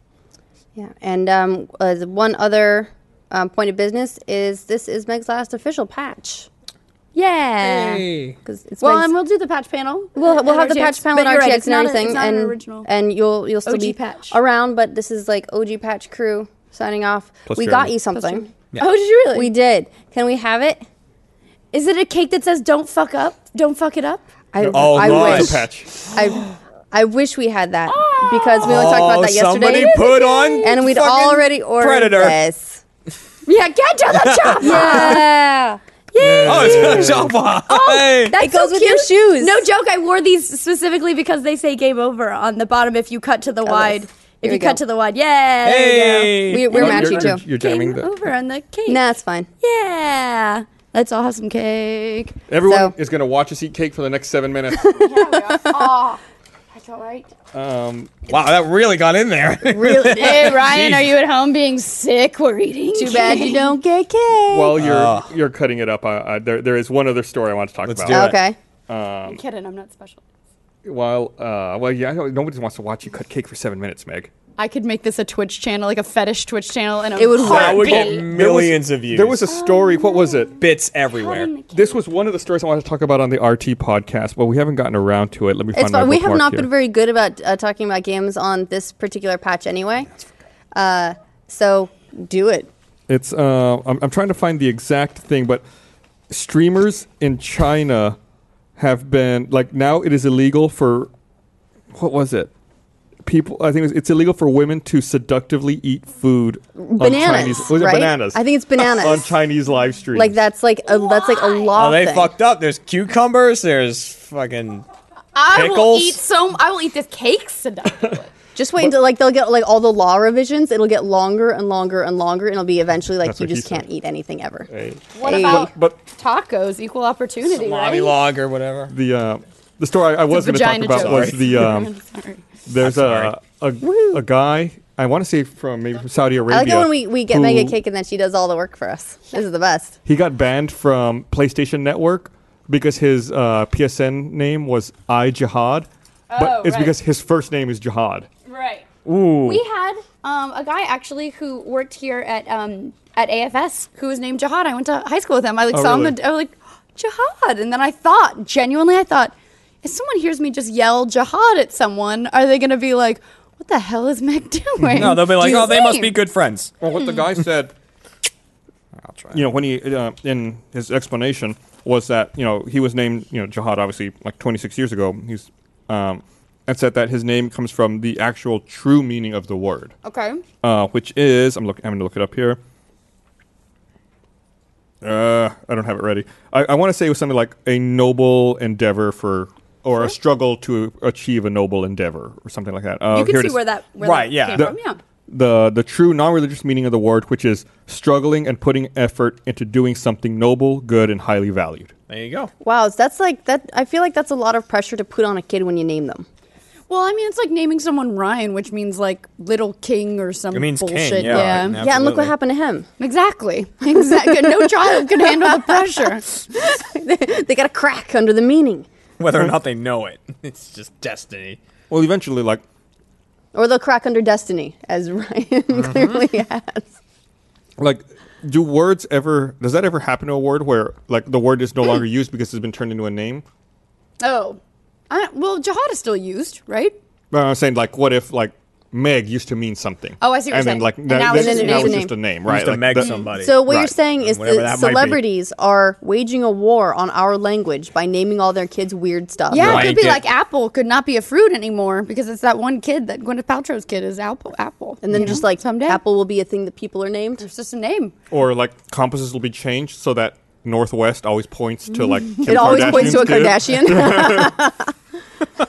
Speaker 4: Yeah, and um, uh, the one other um, point of business is this is Meg's last official patch
Speaker 1: yeah.
Speaker 3: Hey.
Speaker 4: because it's
Speaker 1: Well,
Speaker 4: Meg's-
Speaker 1: and we'll do the patch panel.
Speaker 4: we'll,
Speaker 1: at
Speaker 4: we'll have the
Speaker 1: RTX,
Speaker 4: patch panel
Speaker 1: but
Speaker 4: at RTX
Speaker 1: you're right, it's
Speaker 4: and
Speaker 1: not a-
Speaker 4: everything,
Speaker 1: it's not
Speaker 4: and
Speaker 1: an original.
Speaker 4: and you'll you'll still
Speaker 1: OG
Speaker 4: be
Speaker 1: patch.
Speaker 4: around. But this is like OG patch crew signing off.
Speaker 2: Plus
Speaker 4: we
Speaker 2: Jeremy.
Speaker 4: got you something.
Speaker 1: Oh, did you really?
Speaker 4: We did. Can we have it?
Speaker 1: Is it a cake that says "Don't fuck up, don't fuck it up"?
Speaker 4: I,
Speaker 3: Oh,
Speaker 4: I
Speaker 3: nice.
Speaker 4: wish.
Speaker 2: Patch.
Speaker 4: I I wish we had that because we only talked about that
Speaker 3: Oh, somebody
Speaker 4: yesterday,
Speaker 3: put on
Speaker 4: and we'd
Speaker 3: fucking
Speaker 4: already ordered
Speaker 3: Predator.
Speaker 4: this.
Speaker 1: Yeah, get down that chopper.
Speaker 4: Yeah.
Speaker 3: Oh, it's Java.
Speaker 4: Oh,
Speaker 3: Hey.
Speaker 1: That's
Speaker 4: It goes
Speaker 1: so
Speaker 4: with your
Speaker 1: cute.
Speaker 4: shoes.
Speaker 1: No joke. I wore these specifically because they say "Game Over" on the bottom. If you cut to the wide,
Speaker 4: Here
Speaker 1: if
Speaker 4: we
Speaker 1: you
Speaker 4: go.
Speaker 1: cut to the wide, yeah.
Speaker 3: Hey.
Speaker 4: We, we're
Speaker 2: Oh,
Speaker 4: matching
Speaker 2: you're,
Speaker 4: too.
Speaker 2: you're, you're jamming
Speaker 1: Game
Speaker 2: the.
Speaker 1: over on the cake.
Speaker 4: Nah, it's fine.
Speaker 1: Yeah. Let's all have some cake.
Speaker 2: Everyone
Speaker 4: So-
Speaker 2: is going to watch us eat cake for the next seven minutes.
Speaker 1: That's all right.
Speaker 2: um,
Speaker 3: Wow, that really got in there.
Speaker 4: Really?
Speaker 1: Hey Ryan, are you at home being sick? We're eating.
Speaker 4: Too bad you don't get cake.
Speaker 2: while you're
Speaker 3: Ah.
Speaker 2: you're cutting it up, I, I, there there is one other story I want to talk
Speaker 3: Let's
Speaker 2: about.
Speaker 3: do it.
Speaker 4: okay.
Speaker 1: I'm kidding. I'm not special.
Speaker 2: While uh, well, yeah, I know nobody wants to watch you cut cake for seven minutes, Meg.
Speaker 1: I could make this a Twitch channel, like a fetish Twitch channel, and a
Speaker 5: It would
Speaker 1: heartbeat.
Speaker 3: That would get
Speaker 5: There
Speaker 3: millions of views.
Speaker 2: There was a story. What was it?
Speaker 3: bits everywhere.
Speaker 2: This was one of the stories I wanted to talk about on the RT podcast, but we haven't gotten around to it. Let me find
Speaker 4: It's
Speaker 2: my
Speaker 4: fun. We have
Speaker 2: bookmark
Speaker 4: not
Speaker 2: here.
Speaker 4: been very good about uh, talking about games on this particular patch anyway. Uh, so do it.
Speaker 2: It's uh, I'm, I'm trying to find the exact thing, but streamers in China have been like now it is illegal for what was it? People, I think it was, it's illegal for women to seductively eat food on
Speaker 4: Bananas,
Speaker 2: Chinese. Was
Speaker 4: right?
Speaker 2: it bananas?
Speaker 4: I think it's bananas.
Speaker 2: on Chinese live streams.
Speaker 4: Like that's like a that's like a law.
Speaker 3: Oh, they
Speaker 4: thing.
Speaker 3: fucked up. There's cucumbers. There's fucking.
Speaker 1: I will
Speaker 3: Pickles?
Speaker 1: eat so. I will eat this cake seductively.
Speaker 4: Just wait until like they'll get like all the law revisions. It'll get longer and longer and longer, and it'll be eventually like
Speaker 2: That's
Speaker 4: you
Speaker 2: what he
Speaker 4: just can't
Speaker 2: said.
Speaker 4: eat anything ever.
Speaker 1: what
Speaker 4: Hey.
Speaker 1: about
Speaker 2: But
Speaker 1: tacos? Equal opportunity,
Speaker 3: Salami
Speaker 1: right?
Speaker 3: log or whatever.
Speaker 2: the uh, the story I, I was going to talk
Speaker 1: Vagina
Speaker 2: about
Speaker 1: joke.
Speaker 2: was the um,
Speaker 1: Sorry.
Speaker 2: there's a a, a guy I want to say from maybe from Saudi Arabia.
Speaker 4: I like it when we, we get
Speaker 2: who-
Speaker 4: Mega Cake and then she does all the work for us. This is the best.
Speaker 2: He got banned from PlayStation Network because his uh, PSN name was I Jihad,
Speaker 1: Oh,
Speaker 2: but it's
Speaker 1: right.
Speaker 2: because his first name is Jihad.
Speaker 1: Right. We had um, a guy actually who worked here at um, at AFS who was named Jihad. I went to high school with him. I like
Speaker 2: Oh,
Speaker 1: saw him.
Speaker 2: really?
Speaker 1: And I was like Jihad, and then I thought genuinely, I thought if someone hears me just yell Jihad at someone, are they going to be like, "What the hell is Meg doing?"
Speaker 3: No, they'll be like,
Speaker 1: Do you
Speaker 3: oh, they must
Speaker 1: think?"
Speaker 3: be good friends.
Speaker 2: Well, what the guy said,
Speaker 3: I'll try.
Speaker 2: you know, when he uh, in his explanation was that you know he was named you know Jihad obviously like 26 years ago. He's um, and said that his name comes from the actual true meaning of the word,
Speaker 1: Okay.
Speaker 2: uh, which is I'm looking I'm gonna look it up here. Uh, I don't have it ready. I, I want to say it was something like a noble endeavor for, or a struggle to achieve a noble endeavor, or something like that. Uh,
Speaker 3: Oh,
Speaker 5: you
Speaker 2: here
Speaker 5: can
Speaker 2: it
Speaker 5: see
Speaker 2: is.
Speaker 5: where that where
Speaker 3: Right,
Speaker 5: that
Speaker 3: yeah.
Speaker 5: came
Speaker 2: The,
Speaker 5: from. Yeah.
Speaker 2: the the true non-religious meaning of the word, which is struggling and putting effort into doing something noble, good, and highly valued.
Speaker 3: There you go.
Speaker 4: Wow, so that's like that. I feel like that's a lot of pressure to put on a kid when you name them.
Speaker 1: Well, I mean, it's like naming someone Ryan, which means like little king or some
Speaker 3: It means king,
Speaker 1: bullshit.
Speaker 3: yeah, right, now.
Speaker 4: Yeah, and look what
Speaker 3: Absolutely.
Speaker 4: happened to him.
Speaker 1: Exactly. Exactly. no child could handle the pressure.
Speaker 4: They got a crack under the meaning,
Speaker 3: Whether or not they know it, it's just destiny.
Speaker 2: Well, eventually, like
Speaker 4: or they'll crack under destiny, as Ryan clearly has.
Speaker 2: like do words ever does that ever happen to a word where like the word
Speaker 5: Mm.
Speaker 2: is no longer used because it's been turned into a name?
Speaker 1: Oh, I, well, jihad is still used, right?
Speaker 2: But I'm saying like, what if like Meg used to mean something?
Speaker 1: Oh, I see what
Speaker 2: and then,
Speaker 1: you're saying.
Speaker 2: Like,
Speaker 1: And
Speaker 2: that-
Speaker 1: now
Speaker 2: that-
Speaker 1: it's just a
Speaker 2: now
Speaker 4: name.
Speaker 2: it's just a name, right?
Speaker 3: Used to
Speaker 2: Like,
Speaker 3: meg
Speaker 2: the-
Speaker 3: somebody.
Speaker 4: So what you're
Speaker 2: Right.
Speaker 4: saying is
Speaker 3: Whatever
Speaker 4: that
Speaker 3: that might be.
Speaker 4: celebrities are waging a war on our language by naming all their kids weird stuff.
Speaker 1: Yeah, it
Speaker 3: Like
Speaker 1: could be
Speaker 3: it.
Speaker 1: like apple could not be a fruit anymore because it's that one kid that Gwyneth Paltrow's kid is apple. Apple,
Speaker 4: and then
Speaker 1: you
Speaker 4: just
Speaker 1: know,
Speaker 4: like
Speaker 1: someday
Speaker 4: Apple will be a thing that people are named.
Speaker 1: It's just a name.
Speaker 2: or like compasses will be changed so that northwest always points to like
Speaker 1: Mm.
Speaker 2: Kim
Speaker 4: It always points to a
Speaker 2: Kardashian's kid.
Speaker 4: Kardashian.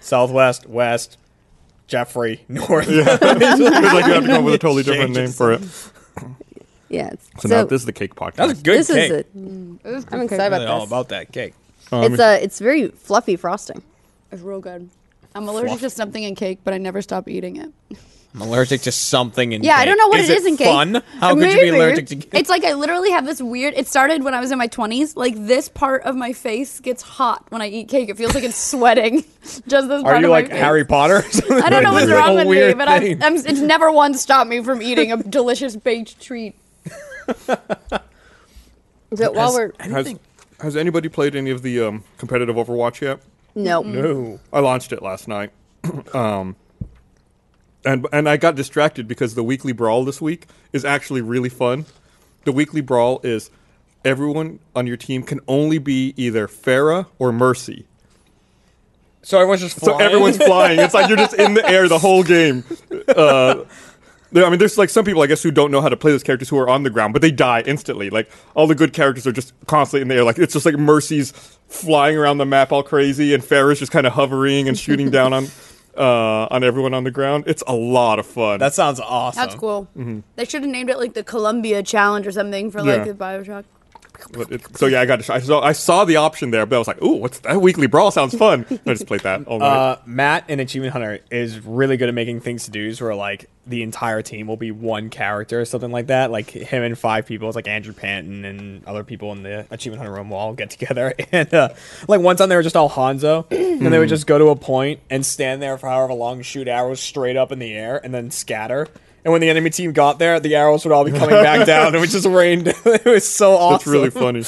Speaker 3: Southwest, West, Jeffrey, North.
Speaker 2: It's like you have to come up with a totally different
Speaker 3: Changes.
Speaker 2: name for it.
Speaker 4: yeah. it's-
Speaker 2: So, now this is the cake podcast.
Speaker 3: That was a good
Speaker 4: this
Speaker 3: cake.
Speaker 4: is it. I'm excited
Speaker 3: Really all
Speaker 4: about this.
Speaker 3: about that cake.
Speaker 4: It's uh, it's very fluffy frosting.
Speaker 1: It's real good. I'm allergic
Speaker 3: Fluff.
Speaker 1: to something in cake, but I never stop eating it.
Speaker 3: I'm allergic to something in
Speaker 1: Yeah, I
Speaker 3: cake.
Speaker 1: don't know what
Speaker 3: is
Speaker 1: it is in cake.
Speaker 3: Fun? How could you
Speaker 1: Maybe.
Speaker 3: be allergic to cake?
Speaker 1: It's like I literally have this weird. It started when I was in my 20s. Like this part of my face gets hot when I eat cake. It feels like it's sweating. Just this part
Speaker 3: Are you
Speaker 1: of my
Speaker 3: like
Speaker 1: face.
Speaker 3: Harry Potter?
Speaker 1: I don't know what's
Speaker 3: It's like
Speaker 1: wrong
Speaker 3: a
Speaker 1: with me,
Speaker 3: weird
Speaker 1: but I'm, uh,
Speaker 3: thing.
Speaker 1: I'm, it's never once stopped me from eating a delicious baked treat.
Speaker 4: So while we're
Speaker 2: has, has anybody played any of the um, competitive Overwatch yet?
Speaker 4: no,
Speaker 3: No.
Speaker 2: I launched it last night, um, and and I got distracted because the weekly brawl this week is actually really fun. The weekly brawl is everyone on your team can only be either Farah or Mercy.
Speaker 3: So everyone's just
Speaker 2: So
Speaker 3: flying.
Speaker 2: everyone's flying. It's like you're just in the air the whole game. Uh, there- I mean, there's like some people, I guess, who don't know how to play those characters who are on the ground, but they die instantly. Like all the good characters are just constantly in the air. Like it's just like Mercy's flying around the map all crazy, and Farrah's just kind of hovering and shooting down on uh, on everyone on the ground. It's a lot of fun.
Speaker 3: That sounds awesome. mm-hmm.
Speaker 1: That's cool. They should have named it like the Columbia Challenge or something for like
Speaker 2: Yeah.
Speaker 1: the Bioshock.
Speaker 2: But it- so yeah, I got. I saw, I saw the option there, but I was like, "Ooh, what's that weekly brawl? Sounds fun." I just played that all night.
Speaker 3: Uh, Matt in Achievement Hunter is really good at making things to do's where like the entire team will be one character or something like that. Like him and five people, it's like Andrew Panton and other people in the Achievement Hunter room will all get together. And uh, like one time they were just all Hanzo, and they would
Speaker 2: Hmm.
Speaker 3: just go to a point and stand there for however long, shoot arrows straight up in the air, and then scatter. And when the enemy team got there, the arrows would all be coming back down. It would just rained. it was so awesome.
Speaker 2: That's really funny.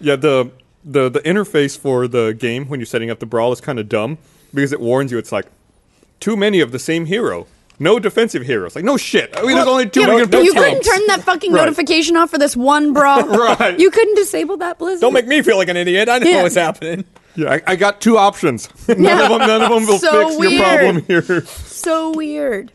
Speaker 2: yeah, the the the interface for the game when you're setting up the brawl is kind of dumb because it warns you. It's like too many of the same hero. No defensive heroes. Like no shit. I mean, there's only two.
Speaker 1: Yeah,
Speaker 2: we can
Speaker 1: but
Speaker 2: pick
Speaker 1: you
Speaker 2: from.
Speaker 1: couldn't turn that fucking
Speaker 2: Right.
Speaker 1: notification off for this one brawl.
Speaker 2: Right.
Speaker 1: You couldn't disable that Blizzard.
Speaker 3: Don't make me feel like an idiot. I know
Speaker 1: Yeah.
Speaker 3: what's happening.
Speaker 2: Yeah, I, I got two options. None of them. None of them will
Speaker 1: So
Speaker 2: fix your problem here.
Speaker 1: so weird.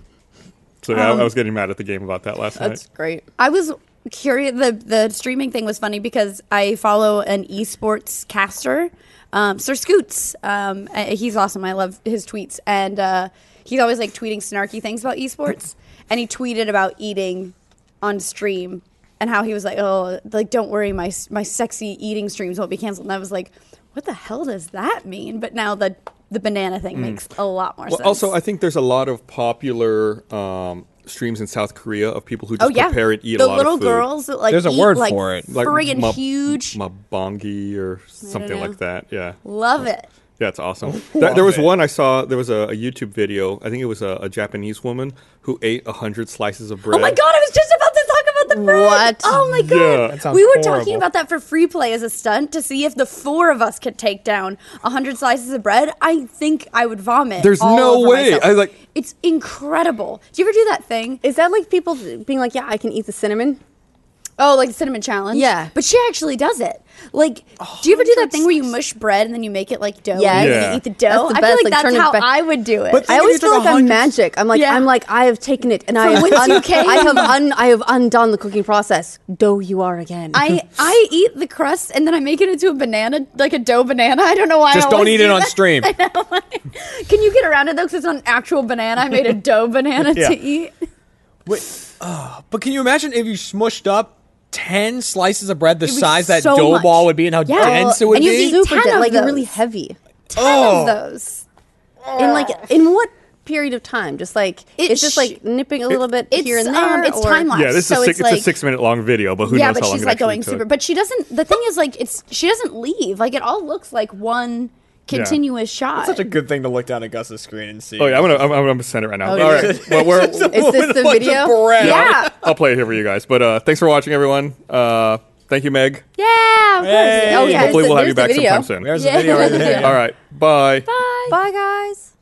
Speaker 2: So yeah, I, I was getting mad at the game about that last night.
Speaker 4: That's great.
Speaker 1: I was curious. The the streaming thing was funny because I follow an esports caster, um, Sir Scoots. Um, uh, he's awesome. I love his tweets, and uh, he's always like tweeting snarky things about esports. and he tweeted about eating on stream and how he was like, "Oh, like don't worry, my s- my sexy eating streams won't be canceled." And I was like, "What the hell does that mean?" But now the the banana thing makes a lot more
Speaker 2: Mm. Well,
Speaker 1: sense.
Speaker 2: also, I think there's a lot of popular um, streams in South Korea of people who just
Speaker 1: oh yeah,
Speaker 2: prepare and eat a
Speaker 1: the
Speaker 2: lot
Speaker 1: little
Speaker 2: of food.
Speaker 1: girls that like
Speaker 3: There's a
Speaker 1: eat,
Speaker 3: word
Speaker 1: like,
Speaker 3: for it.
Speaker 2: Like
Speaker 1: friggin'
Speaker 2: mab-
Speaker 1: huge.
Speaker 2: mabongi or something
Speaker 1: know.
Speaker 2: like that. Yeah,
Speaker 1: Love it.
Speaker 2: yeah, it's awesome. Th- there
Speaker 3: Love
Speaker 2: was
Speaker 3: it.
Speaker 2: one I saw. There was a, a YouTube video. I think it was a, a Japanese woman who ate a hundred slices of bread.
Speaker 1: Oh my god, I was just about to talk about the bread.
Speaker 4: What?
Speaker 1: Oh my
Speaker 2: Yeah.
Speaker 1: god.
Speaker 2: That
Speaker 3: sounds
Speaker 1: we were
Speaker 3: horrible.
Speaker 1: talking about that for free play as a stunt to see if the four of us could take down 100 slices of bread. I think I would vomit.
Speaker 2: There's
Speaker 1: all
Speaker 2: no
Speaker 1: over
Speaker 2: way.
Speaker 1: myself.
Speaker 2: I, like-
Speaker 1: It's incredible. Do you ever do that thing?
Speaker 4: Is that like people being like, yeah, I can eat the cinnamon?
Speaker 1: Oh, like the cinnamon challenge.
Speaker 4: Yeah.
Speaker 1: But she actually does it. Like, do you ever do that thing where you mush bread and then you make it like dough
Speaker 4: Yes.
Speaker 1: and then
Speaker 2: Yeah.
Speaker 1: you eat the dough?
Speaker 4: That's the
Speaker 1: I feel
Speaker 4: best,
Speaker 1: like,
Speaker 4: like,
Speaker 1: that's
Speaker 4: turn it
Speaker 1: how
Speaker 4: back-
Speaker 1: I would do it.
Speaker 3: But
Speaker 4: I always
Speaker 3: Even if
Speaker 4: feel
Speaker 3: you
Speaker 4: like
Speaker 3: took a
Speaker 4: I'm
Speaker 3: hundred-
Speaker 4: magic. I'm like,
Speaker 1: Yeah.
Speaker 4: I'm like, I have taken it, and I have,
Speaker 1: when
Speaker 4: un-
Speaker 1: you came.
Speaker 4: I have, un- I have undone the cooking process. Dough, you are again.
Speaker 1: I, I eat the crust and then I make it into a banana, like a dough banana. I don't know why.
Speaker 3: Just
Speaker 1: I
Speaker 3: don't
Speaker 1: always
Speaker 3: eat
Speaker 1: do
Speaker 3: it on
Speaker 1: that.
Speaker 3: stream.
Speaker 1: Can you get around it though? Because it's not an actual banana. I made a dough banana
Speaker 3: Yeah.
Speaker 1: to eat.
Speaker 3: Wait, uh, but can you imagine if you smushed up ten slices of bread the
Speaker 1: be
Speaker 3: size that
Speaker 1: so
Speaker 3: dough
Speaker 1: much.
Speaker 3: ball would be and how
Speaker 1: Yeah.
Speaker 3: dense it would
Speaker 1: And
Speaker 3: be?
Speaker 1: you eat
Speaker 4: super
Speaker 1: 10
Speaker 4: dead,
Speaker 1: of
Speaker 4: like you're
Speaker 1: those.
Speaker 4: really heavy.
Speaker 1: Oh. those.
Speaker 4: And like, in what period of time? Just like
Speaker 1: It
Speaker 4: it's just
Speaker 1: sh-
Speaker 4: like nipping a little bit
Speaker 1: it's,
Speaker 4: here and
Speaker 1: um,
Speaker 4: there.
Speaker 1: it's
Speaker 4: or-
Speaker 1: time lapse.
Speaker 2: Yeah, this
Speaker 1: So
Speaker 2: is a
Speaker 1: it's
Speaker 2: six, it's, a
Speaker 1: like-
Speaker 2: six minute long video, but who
Speaker 1: yeah,
Speaker 2: knows
Speaker 1: but
Speaker 2: how long
Speaker 1: she's
Speaker 2: it
Speaker 1: like going
Speaker 2: actually
Speaker 1: super.
Speaker 2: took.
Speaker 1: But she doesn't. The thing is, like, it's she doesn't leave. Like, it all looks like one continuous shot.
Speaker 3: Such a good thing to look down at Gus's screen and see.
Speaker 2: Oh yeah, I'm gonna I'm, I'm gonna send it right now.
Speaker 4: Oh,
Speaker 2: All
Speaker 4: yeah.
Speaker 2: right, well, we're,
Speaker 4: Is this the video?
Speaker 1: yeah,
Speaker 2: I'll play it here for you guys. But uh, thanks for watching, everyone. Uh, thank you, Meg.
Speaker 1: yeah. Of course.
Speaker 3: Hey.
Speaker 1: Oh yeah.
Speaker 2: Hopefully,
Speaker 4: the-
Speaker 2: we'll have you
Speaker 4: there's
Speaker 2: back
Speaker 4: the video.
Speaker 2: sometime soon.
Speaker 3: There's the video right there.
Speaker 2: All right, bye.
Speaker 4: Bye, guys.